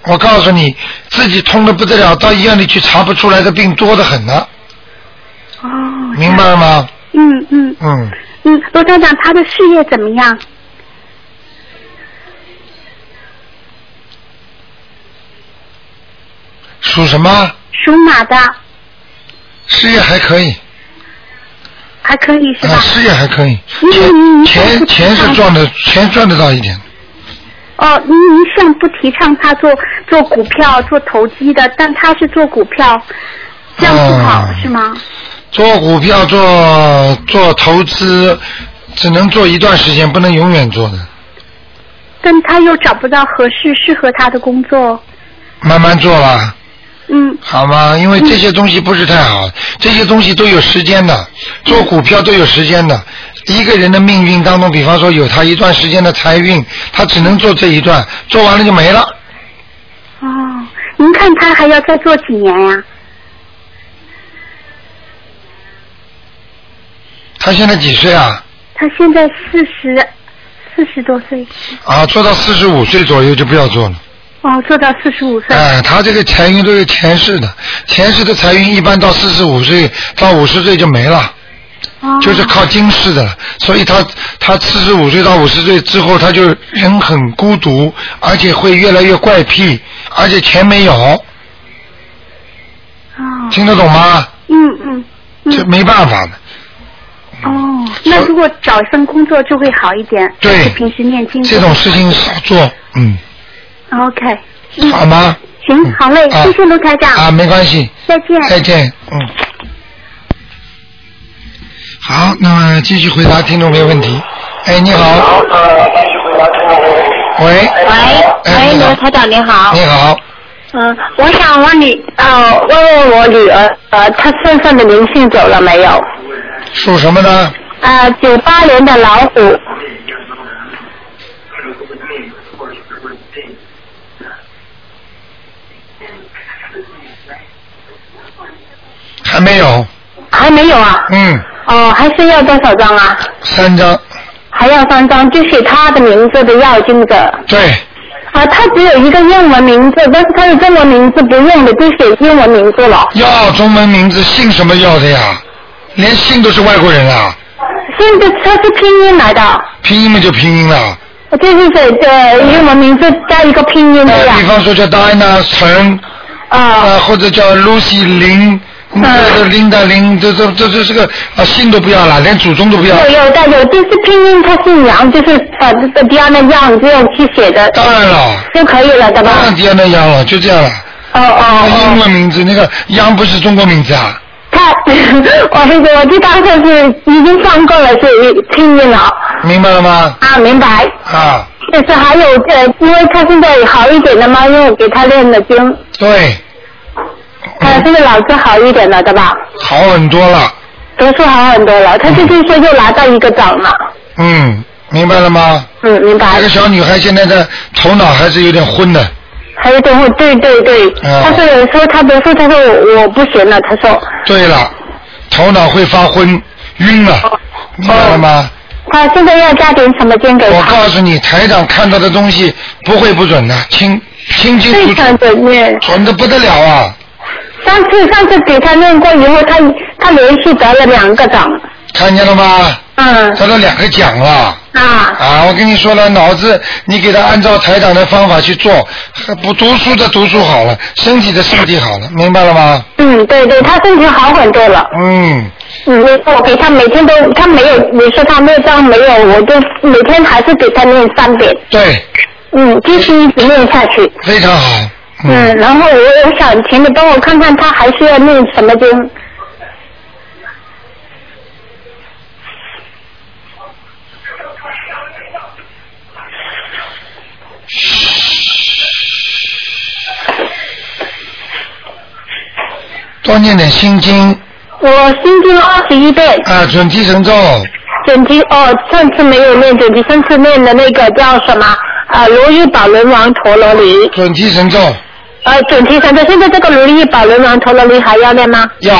Speaker 1: 我告诉你，自己痛的不得了，到医院里去查不出来的病多得很呢、
Speaker 10: 哦。
Speaker 1: 明白了吗？
Speaker 10: 嗯嗯
Speaker 1: 嗯，
Speaker 10: 嗯，罗站长，他的事业怎么样？
Speaker 1: 属什么？
Speaker 10: 属马的
Speaker 1: 事业还可以，
Speaker 10: 还可以是
Speaker 1: 啊、
Speaker 10: 吧？
Speaker 1: 事业还可以，
Speaker 10: 嗯
Speaker 1: 钱钱是赚的，钱赚得到一点。
Speaker 10: 哦，您一向不提倡他做做股票、做投机的，但他是做股票，这样不好、
Speaker 1: 嗯
Speaker 10: 是吗？
Speaker 1: 做股票、做做投资，只能做一段时间，不能永远做的，
Speaker 10: 但他又找不到合适适合他的工作，
Speaker 1: 慢慢做吧。
Speaker 10: 嗯，
Speaker 1: 好吗？因为这些东西不是太好，这些东西都有时间的，做股票都有时间的。一个人的命运当中，比方说有他一段时间的财运，他只能做这一段，做完了就没了。
Speaker 10: 哦，您看他还要再做几年呀、
Speaker 1: 他现在几岁啊？
Speaker 10: 他现在四十四十多岁，
Speaker 1: 啊，做到四十五岁左右就不要做了。
Speaker 10: 哦，做到四十五岁，
Speaker 1: 哎，他这个财运都是前世的，前世的财运一般到四十五岁到五十岁就没了，
Speaker 10: 哦，
Speaker 1: 就是靠今世的了。所以他他四十五岁到五十岁之后，他就人很孤独，而且会越来越怪癖，而且钱没有，
Speaker 10: 哦，
Speaker 1: 听得懂吗？
Speaker 10: 嗯嗯
Speaker 1: 这
Speaker 10: 嗯，
Speaker 1: 没办法的，
Speaker 10: 哦，那如果找一份工作就会好一点，
Speaker 1: 嗯对
Speaker 10: 就平时念经
Speaker 1: 这种事情少做，嗯，
Speaker 10: ，OK，嗯，
Speaker 1: 好吗？
Speaker 10: 行，好嘞，
Speaker 1: 啊
Speaker 10: 谢谢卢台长，
Speaker 1: 啊，没关系，
Speaker 10: 再见，
Speaker 1: 再见，嗯。好，那么继续回答听众朋友问题。哎，你好，喂，
Speaker 11: 喂
Speaker 1: 哎
Speaker 11: 喂，
Speaker 1: 你好
Speaker 11: 罗台长您好。
Speaker 1: 你好，
Speaker 11: 嗯，我想问你，呃，问问我女儿，呃，她身上的灵性走了没有？
Speaker 1: 属什么呢？
Speaker 11: 呃，九八年的老虎，
Speaker 1: 嗯还没有，
Speaker 11: 还没有啊？
Speaker 1: 嗯，
Speaker 11: 哦，还是要多少张啊？
Speaker 1: 三张，
Speaker 11: 还要三张，就写她的名字的要经者。
Speaker 1: 对，
Speaker 11: 啊，她只有一个英文名字，但是她的中文名字不用的，就写英文名字了。
Speaker 1: 要中文名字，姓什么要的呀？连姓都是外国人啊，
Speaker 11: 现在她是拼音来的，
Speaker 1: 拼音嘛就拼音了。
Speaker 11: 就是写呃英文名字加一个拼音
Speaker 1: 呃
Speaker 11: 的呀嗯
Speaker 1: 比。方说叫 Diana 陈，啊、
Speaker 11: 啊嗯
Speaker 1: 或者叫 Lucy 林，这这林的林，这这这这是个啊姓都不要了，连祖宗都不要。
Speaker 11: 有有的有，就是拼音它是杨，就是呃这第二那样这样去写的
Speaker 1: 当然了，
Speaker 11: 就可以了，对吧
Speaker 1: 当？然 Diana 央了，就这样了。
Speaker 11: 哦
Speaker 1: 英
Speaker 11: 哦哦，
Speaker 1: 文名字那个央不是中国名字啊？
Speaker 11: 他 我这个我就当时是已经上过了是拼音了
Speaker 1: 明白了吗？
Speaker 11: 啊，明白。
Speaker 1: 啊，
Speaker 11: 就是还有呃，因为他现在好一点了嘛，因为我给他练了经，
Speaker 1: 对，
Speaker 11: 他现在脑子好一点了，对吧？
Speaker 1: 好很多了。
Speaker 11: 读书好很多了，他这就是说又拿到一个奖了。
Speaker 1: 嗯，明白了吗？
Speaker 11: 嗯，明白
Speaker 1: 这个。小女孩现在的头脑还是有点昏的。
Speaker 11: 还有等会，对对对，
Speaker 1: 哦
Speaker 11: 他说有时候他读书，他说我我不行了，他说。
Speaker 1: 对了，头脑会发昏，晕了，明白了吗？
Speaker 11: 他哦现在要加点什么经给
Speaker 1: 我
Speaker 11: 他？
Speaker 1: 告诉你，台长看到的东西不会不准的，清清清
Speaker 11: 非
Speaker 1: 楚楚，
Speaker 11: 常的念。
Speaker 1: 准的不得了啊！
Speaker 11: 上次上次给他念过以后，他他连续得了两个奖。
Speaker 1: 看见了吗？
Speaker 11: 嗯，
Speaker 1: 他都两个讲了。
Speaker 11: 啊
Speaker 1: 啊，我跟你说了，脑子你给他按照台长的方法去做，不读书的读书好了，身体的身体好了，明白了吗？
Speaker 11: 嗯，对对，他身体好很多了。
Speaker 1: 嗯。
Speaker 11: 嗯，我给他每天都，他没有，你说他那张没有，我就每天还是给他念三遍。
Speaker 1: 对，
Speaker 11: 嗯，继续一直念下去。
Speaker 1: 非常好。
Speaker 11: 嗯，然后我我想请你帮我看看他还需要念什么经。
Speaker 1: 多念点心经
Speaker 11: 我心经二十一遍，
Speaker 1: 啊，准提神咒，
Speaker 11: 准提哦，上次没有念准提，上次念的那个叫什么？啊，如意宝轮王陀罗尼。
Speaker 1: 准提神咒
Speaker 11: 呃，准提神咒，现在这个如意宝轮王陀罗尼还要念吗？
Speaker 1: 要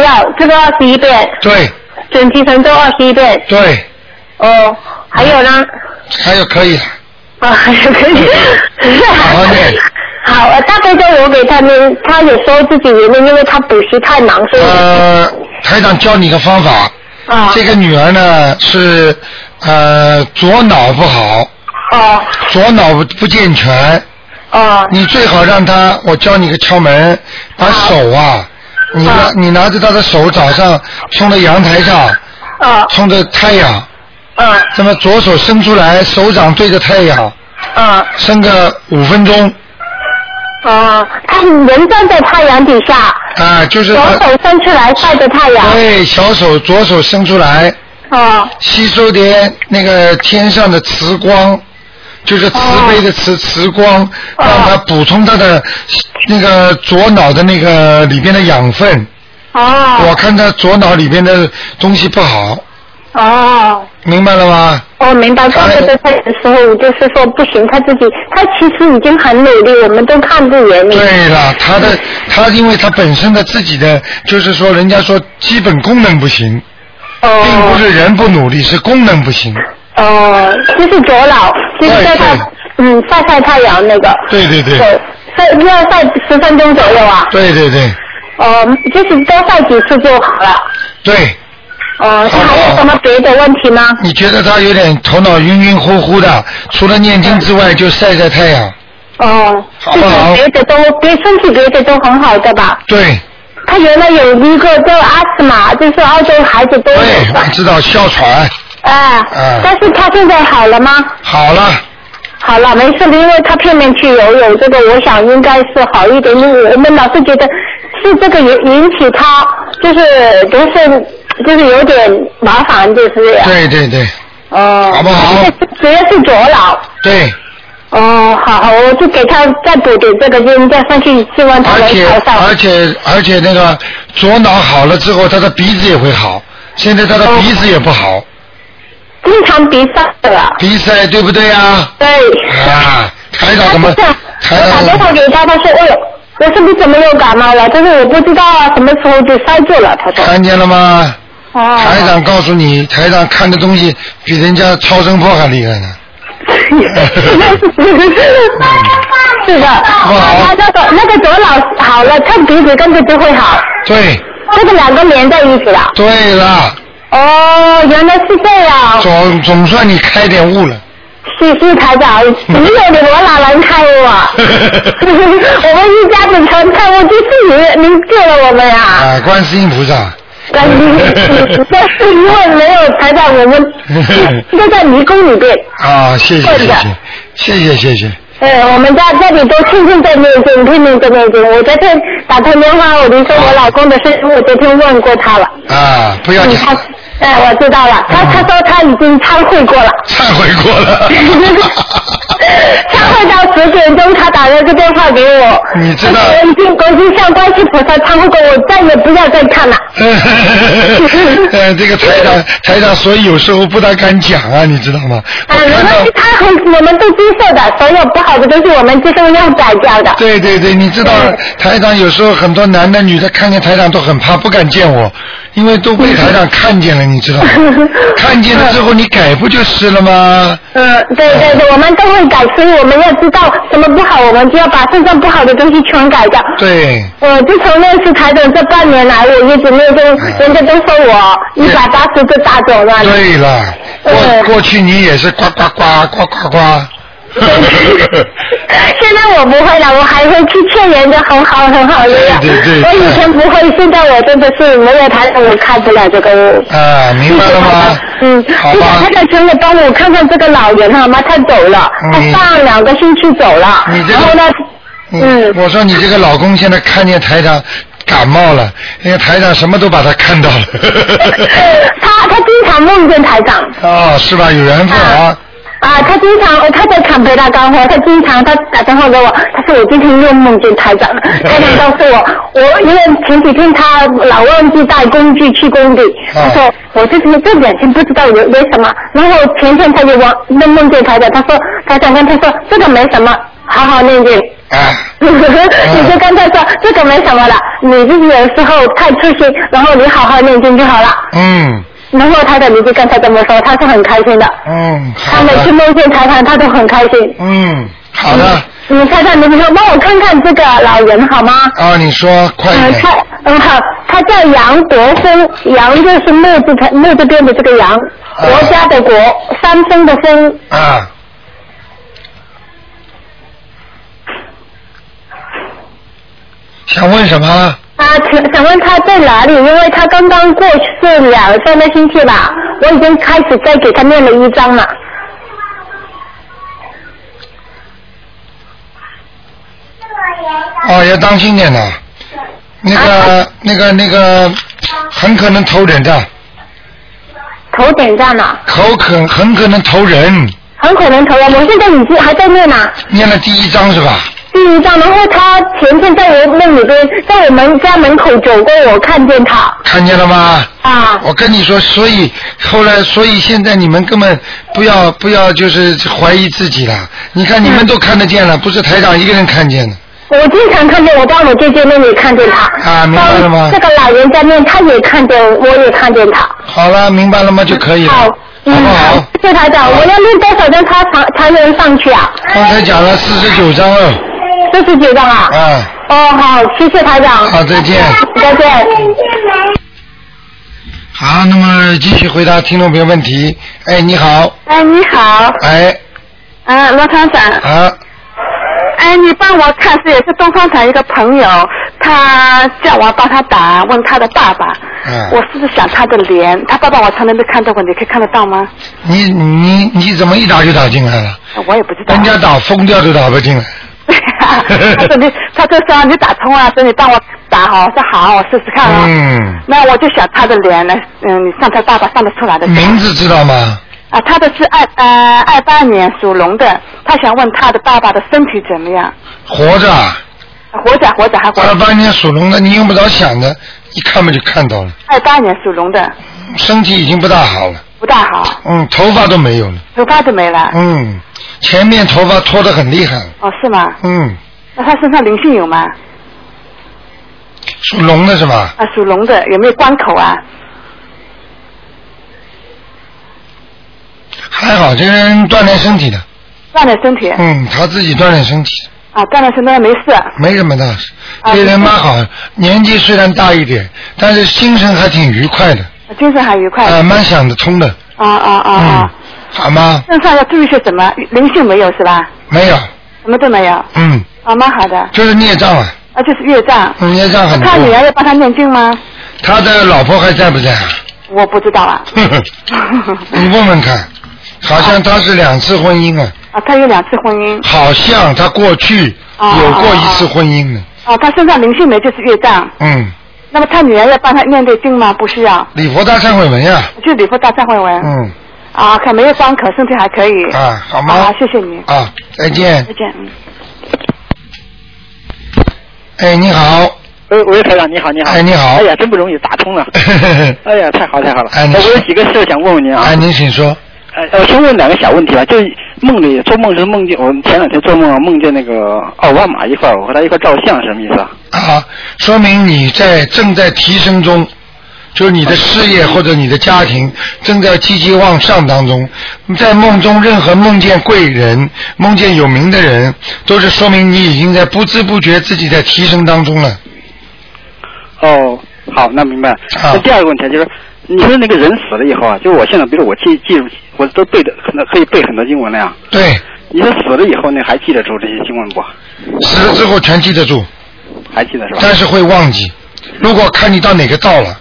Speaker 11: 要，这个二十一遍，
Speaker 1: 对
Speaker 11: 准提神咒二十一遍。
Speaker 1: 对，
Speaker 11: 哦，还有呢？
Speaker 1: 还有可以了，
Speaker 11: 啊，还有可以。
Speaker 1: 好好念。
Speaker 11: 好，呃大悲咒我给他念，他也说自己也念，因为他补习太忙，所以
Speaker 1: 呃，台长教你个方法，
Speaker 11: 啊
Speaker 1: 这个女儿呢是呃左脑不好，
Speaker 11: 哦
Speaker 1: 左脑不不健全，
Speaker 11: 哦
Speaker 1: 你最好让她，我教你个窍门，把手啊，你拿你拿着她的手早上冲到阳台上，
Speaker 11: 啊
Speaker 1: 冲着太阳，
Speaker 11: 啊
Speaker 1: 这么左手伸出来，手掌对着太阳，
Speaker 11: 啊
Speaker 1: 伸个五分钟
Speaker 11: 哦，他人站在太阳底下，
Speaker 1: 啊，就是
Speaker 11: 左手伸出来晒着太阳。
Speaker 1: 对，小手左手伸出来，
Speaker 11: 哦
Speaker 1: 吸收点那个天上的磁光，就是
Speaker 11: 哦
Speaker 1: 慈悲的慈、磁光，让它补充它的那个左脑的那个里边的养分。
Speaker 11: 哦
Speaker 1: 我看他左脑里边的东西不好，
Speaker 11: 哦。
Speaker 1: 明白了吗？
Speaker 11: 我哦明白，怪不得他有时候就是说不行，他自己，他其实已经很努力，我们都看不远了。嗯
Speaker 1: 对了，他的他因为他本身的自己的，就是说人家说基本功能不行，并不是人不努力，是功能不行。
Speaker 11: 哦，就是左脑，就是在他嗯晒晒太阳那个。
Speaker 1: 对对对
Speaker 11: 对，晒要晒十分钟左右啊。
Speaker 1: 对对对
Speaker 11: 哦，就是多晒几次就好了。
Speaker 1: 对，
Speaker 11: 哦，他还有什么别的问题吗？
Speaker 1: 你觉得他有点头脑晕晕乎乎的，除了念经之外就晒晒太阳。
Speaker 11: 哦，
Speaker 1: 好
Speaker 11: 就
Speaker 1: 不好
Speaker 11: 是别的都别身体别的都很好的吧？
Speaker 1: 对，
Speaker 11: 他原来有一个叫阿斯玛，就是澳洲孩子都有
Speaker 1: 我知道哮喘
Speaker 11: 啊，
Speaker 1: 嗯
Speaker 11: 但是他现在好了吗？
Speaker 1: 好了，
Speaker 11: 好了，没事，因为他片面去游泳，这个我想应该是好一点。因为我们老是觉得是这个引引起他就是就是就是有点麻烦，就是
Speaker 1: 对对对
Speaker 11: 哦，
Speaker 1: 好不好？
Speaker 11: 主要是左脑。
Speaker 1: 对，
Speaker 11: 哦，好好，我就给他再补点这个经，再上去希望他
Speaker 1: 而
Speaker 11: 能
Speaker 1: 且
Speaker 11: 考上。
Speaker 1: 而且而且那个左脑好了之后，他的鼻子也会好。现在他的鼻子也不好，
Speaker 11: 经常鼻塞的了。
Speaker 1: 鼻塞对不对呀？
Speaker 11: 对。
Speaker 1: 啊，台长怎么？台
Speaker 11: 我打
Speaker 1: 长
Speaker 11: 电话给他，他说，哎呦，我说你怎么又感冒了？他说我不知道啊，什么时候就塞住了。他说。
Speaker 1: 看见了吗？
Speaker 11: 哦。
Speaker 1: 台长告诉你，台长看的东西比人家超声波还厉害 呢。
Speaker 11: 是的，他那个那个左脑好了，看鼻子跟着就会好，
Speaker 1: 对
Speaker 11: 这个两个连在一起了。
Speaker 1: 对了，
Speaker 11: 哦，原来是这样，
Speaker 1: 总总算你开点悟了。
Speaker 11: 谢谢台长，没有你我哪能看我？我们一家子全看我，就是你，您救了我们呀、啊！
Speaker 1: 啊，观世音菩 萨，
Speaker 11: 但是但是因为没有台长，我们就在迷宫里边。
Speaker 1: 啊，谢谢
Speaker 11: 会
Speaker 1: 谢
Speaker 11: 的
Speaker 1: 谢谢谢谢谢，
Speaker 11: 哎，我们家这里都天天在念经，天天在念经。我昨天打通电话，我就说我老公的事情，我昨天问过他了。
Speaker 1: 啊，不要
Speaker 11: 嗯，
Speaker 1: 讲，
Speaker 11: 他，哎，我知道了。他他说他已经忏悔过了，
Speaker 1: 忏悔过了，
Speaker 11: 忏悔到十点钟，他打了个电话给我。
Speaker 1: 你知道
Speaker 11: 他说我已经我已经向观世菩萨忏悔过，我再也不要再看了。
Speaker 1: 呃，这个台 长台长，所以有时候不大敢讲啊，你知道吗？
Speaker 11: 啊，没关系，他很我们都接受的，所有不好的东西我们接受嗯要改掉的。嗯
Speaker 1: 对对对，你知道台长有时候很多男的女的看见台长都很怕，不敢见我，因为都被台长看见了，你知 道吗？看见了之后你改不就是了吗？
Speaker 11: 嗯，对对对，我们都会改，所以我们要知道什么不好，我们就要把身上不好的东西全改掉。
Speaker 1: 对，
Speaker 11: 我自从认识台长这半年来，我一直没有跟人家都说我一百八十个大走了。
Speaker 1: 对了，
Speaker 11: 嗯
Speaker 1: 过过去你也是呱呱呱呱呱呱。
Speaker 11: 现在我不会了，我还会去劝人家很好很好的呀。
Speaker 1: 对对对
Speaker 11: 我以前不会，现在我真的是没有台长，我开不了这个。
Speaker 1: 啊，明白了吗？
Speaker 11: 嗯，
Speaker 1: 好
Speaker 11: 谢谢
Speaker 1: 吧
Speaker 11: 台长，真的帮我看看这个老人啊好吗？他走了，他
Speaker 1: 嗯
Speaker 11: 上两个星期走了，
Speaker 1: 你这
Speaker 11: 然后呢？
Speaker 1: 个，嗯，我说你这个老公现在看见台长感冒了，因为台长什么都把他看到了。
Speaker 11: 他他经常梦见台长
Speaker 1: 哦，是吧？有缘分啊。
Speaker 11: 啊，他经常呃他在坎培拉干活，他经常他打电话给我，他说我今天又梦见台长了，台长告诉我，我因为前几天他老忘记带工具去工地，他说我这天这两天不知道有为什么，然后前天他就忘梦梦见台长，他说台长跟他说这个没什么，好好念经。 你就跟他说这个没什么了，你就是有时候太粗心，然后你好好念经就好了。
Speaker 1: 嗯
Speaker 11: 然后台长你就跟他这么说，他是很开心的。
Speaker 1: 嗯，
Speaker 11: 他每次梦见台长，他都很开心。
Speaker 1: 嗯，好的。
Speaker 11: 你台长，你不说帮我看看这个老人好吗？
Speaker 1: 啊，你说快一
Speaker 11: 嗯，
Speaker 1: 点。
Speaker 11: 他嗯好，他叫杨国峰，杨就是木字旁木字边的这个杨，国家的国，三分的分。
Speaker 1: 啊。想问什么？
Speaker 11: 啊，请想问他在哪里？因为他刚刚过世两三个星期吧，我已经开始在给他念了一张了。
Speaker 1: 哦，要当心点的。那
Speaker 11: 啊
Speaker 1: 个、那个、那个，很可能投人的，
Speaker 11: 头顶上了，
Speaker 1: 口可很可能投人。
Speaker 11: 很可能头了。我现在已经还在念呢、
Speaker 1: 念了第一章是吧？
Speaker 11: 第一张，嗯然后他前天在我梦里边，在我们家门口走过，我看见他。
Speaker 1: 看见了吗？
Speaker 11: 啊。
Speaker 1: 我跟你说，所以后来，所以现在你们根本不要不要就是怀疑自己了。你看你们都看得见了，不是台长一个人看见的。
Speaker 11: 嗯我经常看见我在我姐姐那里看见他。
Speaker 1: 啊明白了吗
Speaker 11: 这个老人在念，他也看见，我也看见他。
Speaker 1: 好了，明白了吗？就可以了。
Speaker 11: 好，嗯，好，谢谢台长，我要念多少张他才才能上去啊？
Speaker 1: 刚才讲了四十九章了，
Speaker 11: 四十九张啊？
Speaker 1: 啊，
Speaker 11: 哦，好，谢谢台长。
Speaker 1: 好，再见。
Speaker 11: 再见。
Speaker 1: 好，那么继续回答听众朋友问题。哎，你好，
Speaker 12: 哎，你好，
Speaker 1: 哎，
Speaker 12: 嗯，罗厂长，
Speaker 1: 啊，
Speaker 12: 哎，你帮我看是也是东方台一个朋友，他叫我帮他打，问他的爸爸，
Speaker 1: 嗯，
Speaker 12: 我是不是想他的脸？他爸爸我从来没看到过，你可以看得到吗？
Speaker 1: 你你你怎么一打就打进来了？
Speaker 12: 我也不知道。
Speaker 1: 人家打疯掉都打不进来。
Speaker 12: 他说你，他就说你打通了，说你帮我打好，我说好，我试试看啊。
Speaker 1: 嗯，
Speaker 12: 那我就想他的脸呢，嗯，你像他爸爸看得出来的。
Speaker 1: 名字知道吗？
Speaker 12: 啊，他的是二呃二八年属龙的，他想问他的爸爸的身体怎么样？
Speaker 1: 活着啊，
Speaker 12: 活着活着还活
Speaker 1: 二
Speaker 12: 着。
Speaker 1: 八年属龙的，你用不着想的，一看嘛就看到了，
Speaker 12: 二八年属龙的，
Speaker 1: 身体已经不大好了，
Speaker 12: 不大好，
Speaker 1: 嗯，头发都没有了，
Speaker 12: 头发都没了。
Speaker 1: 嗯，前面头发脱得很厉害，
Speaker 12: 哦，是吗？
Speaker 1: 嗯，
Speaker 12: 那他身上灵性有吗？
Speaker 1: 属龙的是吧？
Speaker 12: 啊，属龙的有没有关口啊？
Speaker 1: 还好，这个人锻炼身体的，
Speaker 12: 锻炼身体。
Speaker 1: 嗯，他自己锻炼身体，
Speaker 12: 啊，锻炼身体没事。
Speaker 1: 没什么大事，这人蛮好，年纪虽然大一点，但是精神还挺愉快的，
Speaker 12: 精神还愉快。
Speaker 1: 啊，蛮想得通的，
Speaker 12: 啊啊啊
Speaker 1: 嗯
Speaker 12: 啊！，
Speaker 1: 好吗？
Speaker 12: 身上要注意些什么？灵性没有是吧？
Speaker 1: 没有，
Speaker 12: 什么都没有。
Speaker 1: 嗯，
Speaker 12: 啊，蛮好的。
Speaker 1: 就是孽障啊，
Speaker 12: 啊，就是业障。
Speaker 1: 嗯业障很多
Speaker 12: 他女儿要帮他念经吗？
Speaker 1: 他的老婆还在不在啊？
Speaker 12: 我不知道啊。
Speaker 1: 呵呵你问问看，好像他是两次婚姻啊，
Speaker 12: 啊，他有两次婚姻。
Speaker 1: 好像他过去有过一次婚姻呢。
Speaker 12: 哦，他身上灵性没，就是业障。
Speaker 1: 嗯，
Speaker 12: 那么他女儿要帮他念对经吗？不需要，
Speaker 1: 礼佛大忏悔文呀，
Speaker 12: 就礼佛大忏悔文。
Speaker 1: 嗯
Speaker 12: 啊，可没有伤口，身体还可以。
Speaker 1: 啊，好吗？
Speaker 12: 啊，谢谢你。
Speaker 1: 啊，再见
Speaker 12: 再。见。嗯。
Speaker 1: 哎，你好，
Speaker 6: 喂喂，台长你好，你好。
Speaker 1: 哎你好
Speaker 6: 哎呀，真不容易打 通了。哎呀，太好太好了。
Speaker 1: 哎你
Speaker 6: 我
Speaker 1: 说
Speaker 6: 有几个事儿想问问您啊。
Speaker 1: 哎，您请说。
Speaker 6: 哎，我先问两个小问题吧，啊就是梦里做梦是梦见，我前两天做梦梦见那个奥巴马一块儿，我和他一块儿照相，什么意思啊？
Speaker 1: 啊，说明你在正在提升中，就是你的事业或者你的家庭正在积极往上当中。在梦中，任何梦见贵人、梦见有名的人，都是说明你已经在不知不觉自己在提升当中了。
Speaker 6: 哦，好，那明白。那第二个问题啊就是，你说那个人死了以后啊，就是我现在，比如我记记住，我都背的，可能可以背很多经文了呀。
Speaker 1: 对，
Speaker 6: 你说死了以后呢，还记得住这些经文不？
Speaker 1: 死了之后全记得住，
Speaker 6: 还记得是吧？
Speaker 1: 但是会忘记。如果看你到哪个道了，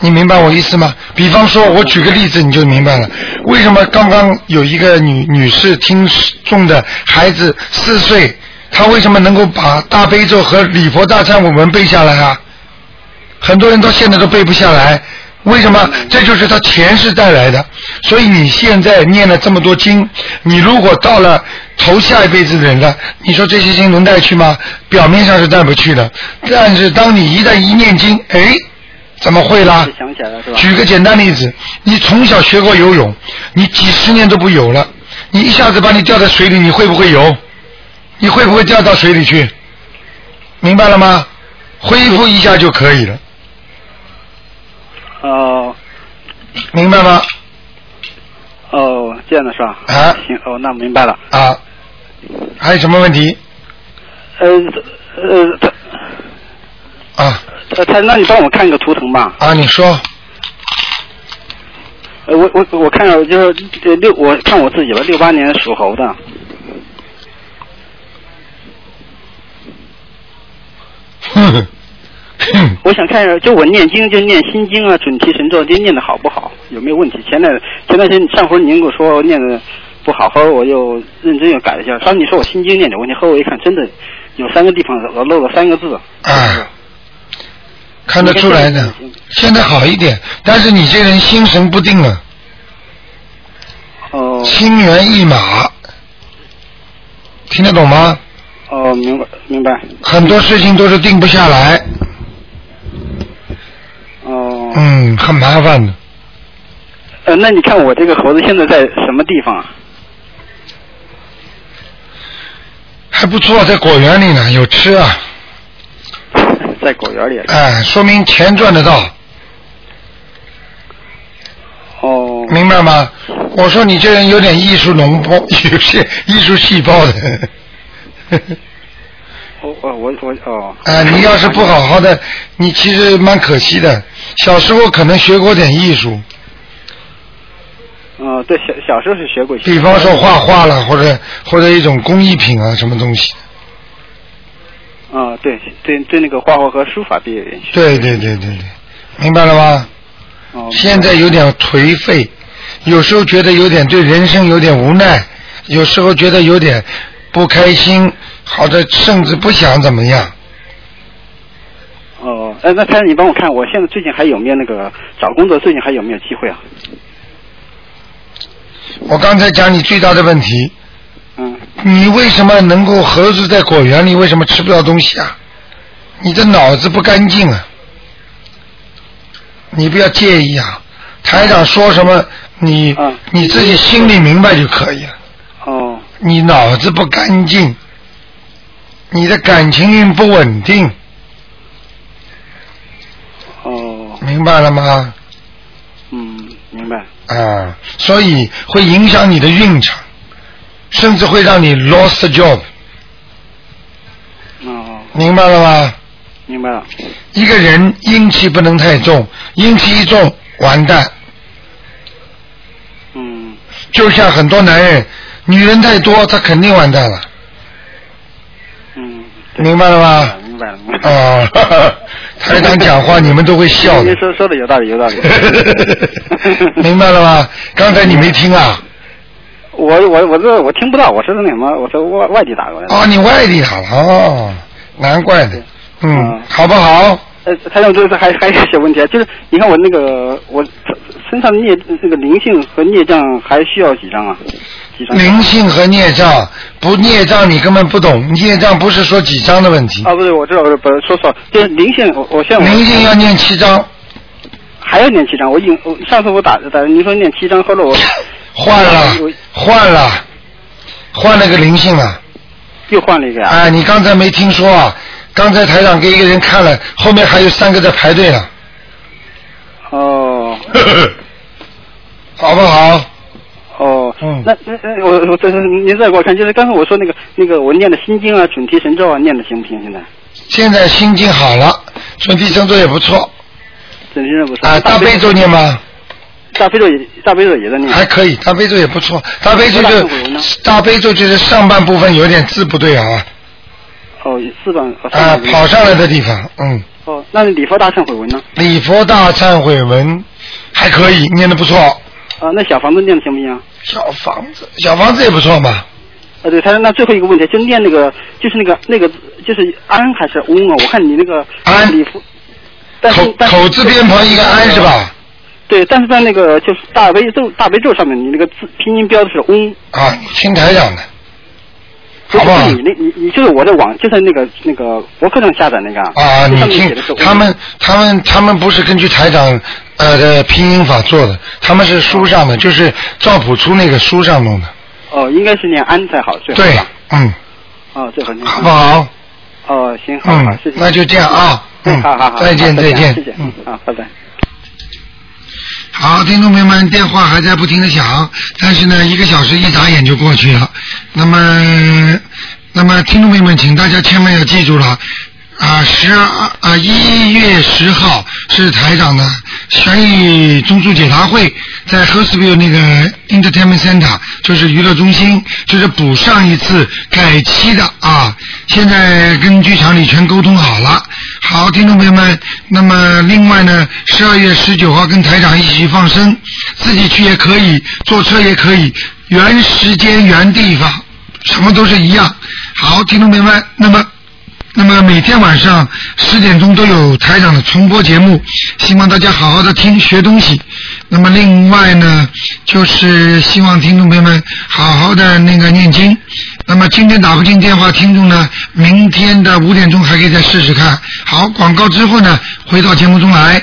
Speaker 1: 你明白我意思吗？比方说，
Speaker 6: 嗯
Speaker 1: 我举个例子你就明白了。为什么刚刚有一个女女士听众的孩子四岁，她为什么能够把大悲咒和礼佛大忏悔文背下来啊？很多人到现在都背不下来，为什么？这就是他前世带来的。所以你现在念了这么多经，你如果到了投下一辈子的人了，你说这些经能带去吗？表面上是带不去的，但是当你一旦一念经，哎，怎么会啦？
Speaker 6: 就想起来了是吧？
Speaker 1: 举个简单例子，你从小学过游泳，你几十年都不游了，你一下子把你掉在水里，你会不会游？你会不会掉到水里去？明白了吗？恢复一下就可以了。
Speaker 6: 哦
Speaker 1: 明白吗？
Speaker 6: 哦，这样的是吧？
Speaker 1: 啊。
Speaker 6: 行，哦，那明白了。
Speaker 1: 啊，还有什么问题？
Speaker 6: 呃呃，他
Speaker 1: 啊
Speaker 6: 呃，他，那你帮我看一个图腾吧。
Speaker 1: 啊，你说。
Speaker 6: 呃，我我我看了，就是呃六，我看我自己吧，六八年属猴的。
Speaker 1: 哼哼，
Speaker 6: 我想看一下，就我念经，就念心经啊、准提神咒，这念的好不好，有没有问题？前段前段时间上回您跟我说念的不好，后来我又认真又改了一下。当时你说我心经念的问题，后来我一看，真的有三个地方我漏了三个字。
Speaker 1: 啊，看得出来的。现在好一点，但是你这个人心神不定啊。
Speaker 6: 哦。
Speaker 1: 心猿意马，听得懂吗？
Speaker 6: 哦，明白明白。
Speaker 1: 很多事情都是定不下来，
Speaker 6: 哦，
Speaker 1: 嗯，很麻烦的。
Speaker 6: 呃，那你看我这个猴子现在在什么地方啊？
Speaker 1: 还不错，在果园里呢，有吃啊，
Speaker 6: 在果园里。啊
Speaker 1: 哎，说明钱赚得到，
Speaker 6: 哦。
Speaker 1: 明白吗？我说你这人有点艺术脓包， 有些艺术细胞的。
Speaker 6: 我我我我哦。
Speaker 1: 啊，你要是不好好的，你其实蛮可惜的。小时候可能学过点艺术，
Speaker 6: 嗯，对，小小时候是学过。
Speaker 1: 比方说画画了，或者或者一种工艺品啊，什么东西。
Speaker 6: 啊、对对对，那个画画和书法毕业。
Speaker 1: 对对对对对，明白了吗？
Speaker 6: 哦。
Speaker 1: 现在有点颓废，有时候觉得有点对人生有点无奈，有时候觉得有点不开心，好的甚至不想怎么样。
Speaker 6: 哦，哎，那太太，你帮我看，我现在最近还有没有那个找工作？最近还有没有机会啊？
Speaker 1: 我刚才讲你最大的问题，
Speaker 6: 嗯，
Speaker 1: 你为什么能够猴子在果园里为什么吃不到东西啊？你的脑子不干净啊！你不要介意啊，台长说什么你、你自己心里明白就可以了。
Speaker 6: 啊哦，
Speaker 1: 你脑子不干净，你的感情运不稳定，
Speaker 6: 哦，
Speaker 1: 明白了吗？
Speaker 6: 嗯，明白。
Speaker 1: 啊，所以会影响你的运程，甚至会让你 lost job，
Speaker 6: 哦，
Speaker 1: 明白了吗？
Speaker 6: 明白了。
Speaker 1: 一个人阴气不能太重，阴气一重完蛋。
Speaker 6: 嗯。
Speaker 1: 就像很多男人，女人太多，他肯定完蛋了。
Speaker 6: 嗯。
Speaker 1: 明白了吗？
Speaker 6: 明白了。明白了
Speaker 1: 啊，哈哈台长讲话你们都会笑的
Speaker 6: 您，说说的有道理，有道理。
Speaker 1: 明白了吗？刚才你没听啊？
Speaker 6: 我我我这我听不到，我是那什么，我是外外地打过来的。
Speaker 1: 哦，你外地打了哦，难怪呢。
Speaker 6: 啊
Speaker 1: 嗯，好不好？
Speaker 6: 呃，还有就是还还有一些问题啊，就是你看我那个我身上的孽那个灵性和孽障还需要几张啊？几张？
Speaker 1: 灵性和孽障，不孽障你根本不懂，孽障不是说几章的问题，
Speaker 6: 啊，不对，我知道，我知道不是说错了，就是灵性，我我现在我
Speaker 1: 灵性要念七张，
Speaker 6: 还要念七张，我已经我上次我打打您说念七张，后来我
Speaker 1: 换了，换了，换了个灵性了。
Speaker 6: 又换了一个呀、
Speaker 1: 哎，你啊刚才没听说啊？刚才台长给一个人看了，后面还有三个在排队呢。 好不好？嗯
Speaker 6: 哦，那那那我我这您再给我看，就是刚才我说那个那个我念的心经啊、准提神咒啊，念的行不行？现在
Speaker 1: 现在心经好了，准提神咒也不错
Speaker 6: 准提神咒不错
Speaker 1: 啊。大悲咒念？吗？
Speaker 6: 大悲咒也大悲咒也在念。
Speaker 1: 还可以，大悲咒也不错。大悲咒就
Speaker 6: 多大忏悔文呢
Speaker 1: 大悲咒就是上半部分有点字不对啊
Speaker 6: 哦，四版哦
Speaker 1: 啊
Speaker 6: 上面有
Speaker 1: 跑上来的地方，嗯。
Speaker 6: 哦，那礼佛大忏悔文呢？
Speaker 1: 礼佛大忏悔文还可以，念的不错。
Speaker 6: 啊，那小房子念的行不行啊？
Speaker 1: 小房子，小房子也不错嘛。
Speaker 6: 啊，对，他那最后一个问题就念那个，就是那个那个，就是安还是翁啊？我看你那个安礼佛，但是
Speaker 1: 口
Speaker 6: 但是
Speaker 1: 口字边旁一个安是吧？
Speaker 6: 对，但是在那个就是大悲咒大悲咒上面，你那个字拼音标的是翁。
Speaker 1: 啊，听台长的。
Speaker 6: 不是不是你那，你你就是我在网，就在那个那个博客上下载那个
Speaker 1: 啊，
Speaker 6: 就
Speaker 1: 你
Speaker 6: 上面写
Speaker 1: 听
Speaker 6: 的是翁
Speaker 1: 他们，他们，他们不是根据台长呃的拼音法做的，他们是书上的，就是赵朴初那个书上弄的。
Speaker 6: 哦，应该是念安才好，最好
Speaker 1: 对
Speaker 6: 吧？，
Speaker 1: 嗯，
Speaker 6: 哦，最好念安
Speaker 1: 好不好？
Speaker 6: 哦，行，好，好
Speaker 1: 嗯
Speaker 6: 谢谢，
Speaker 1: 那就这样啊，
Speaker 6: 嗯
Speaker 1: 嗯
Speaker 6: 好好好，，
Speaker 1: 再见，
Speaker 6: 好
Speaker 1: 再见
Speaker 6: 谢谢，，
Speaker 1: 嗯。
Speaker 6: 啊，拜拜。
Speaker 1: 好，听众朋友们，电话还在不停的响，但是呢，一个小时一眨眼就过去了。那么，那么听众朋友们，请大家千万要记住了。啊，十二啊，一月十号是台长的悬疑综述解答会，在 h e r s v i l l e 那个 Entertainment Center，就是娱乐中心，这是补上一次改期的啊。现在跟剧场里全沟通好了。好，听众朋友们，那么另外呢，十二月十九号跟台长一起去放生，自己去也可以，坐车也可以，原时间原地方，什么都是一样。好，听众朋友们，那么。那么每天晚上十点钟都有台长的重播节目，希望大家好好的听学东西。那么另外呢，就是希望听众朋友们好好的那个念经。那么今天打不进电话，听众呢，明天的五点钟还可以再试试看。好，广告之后呢，回到节目中来。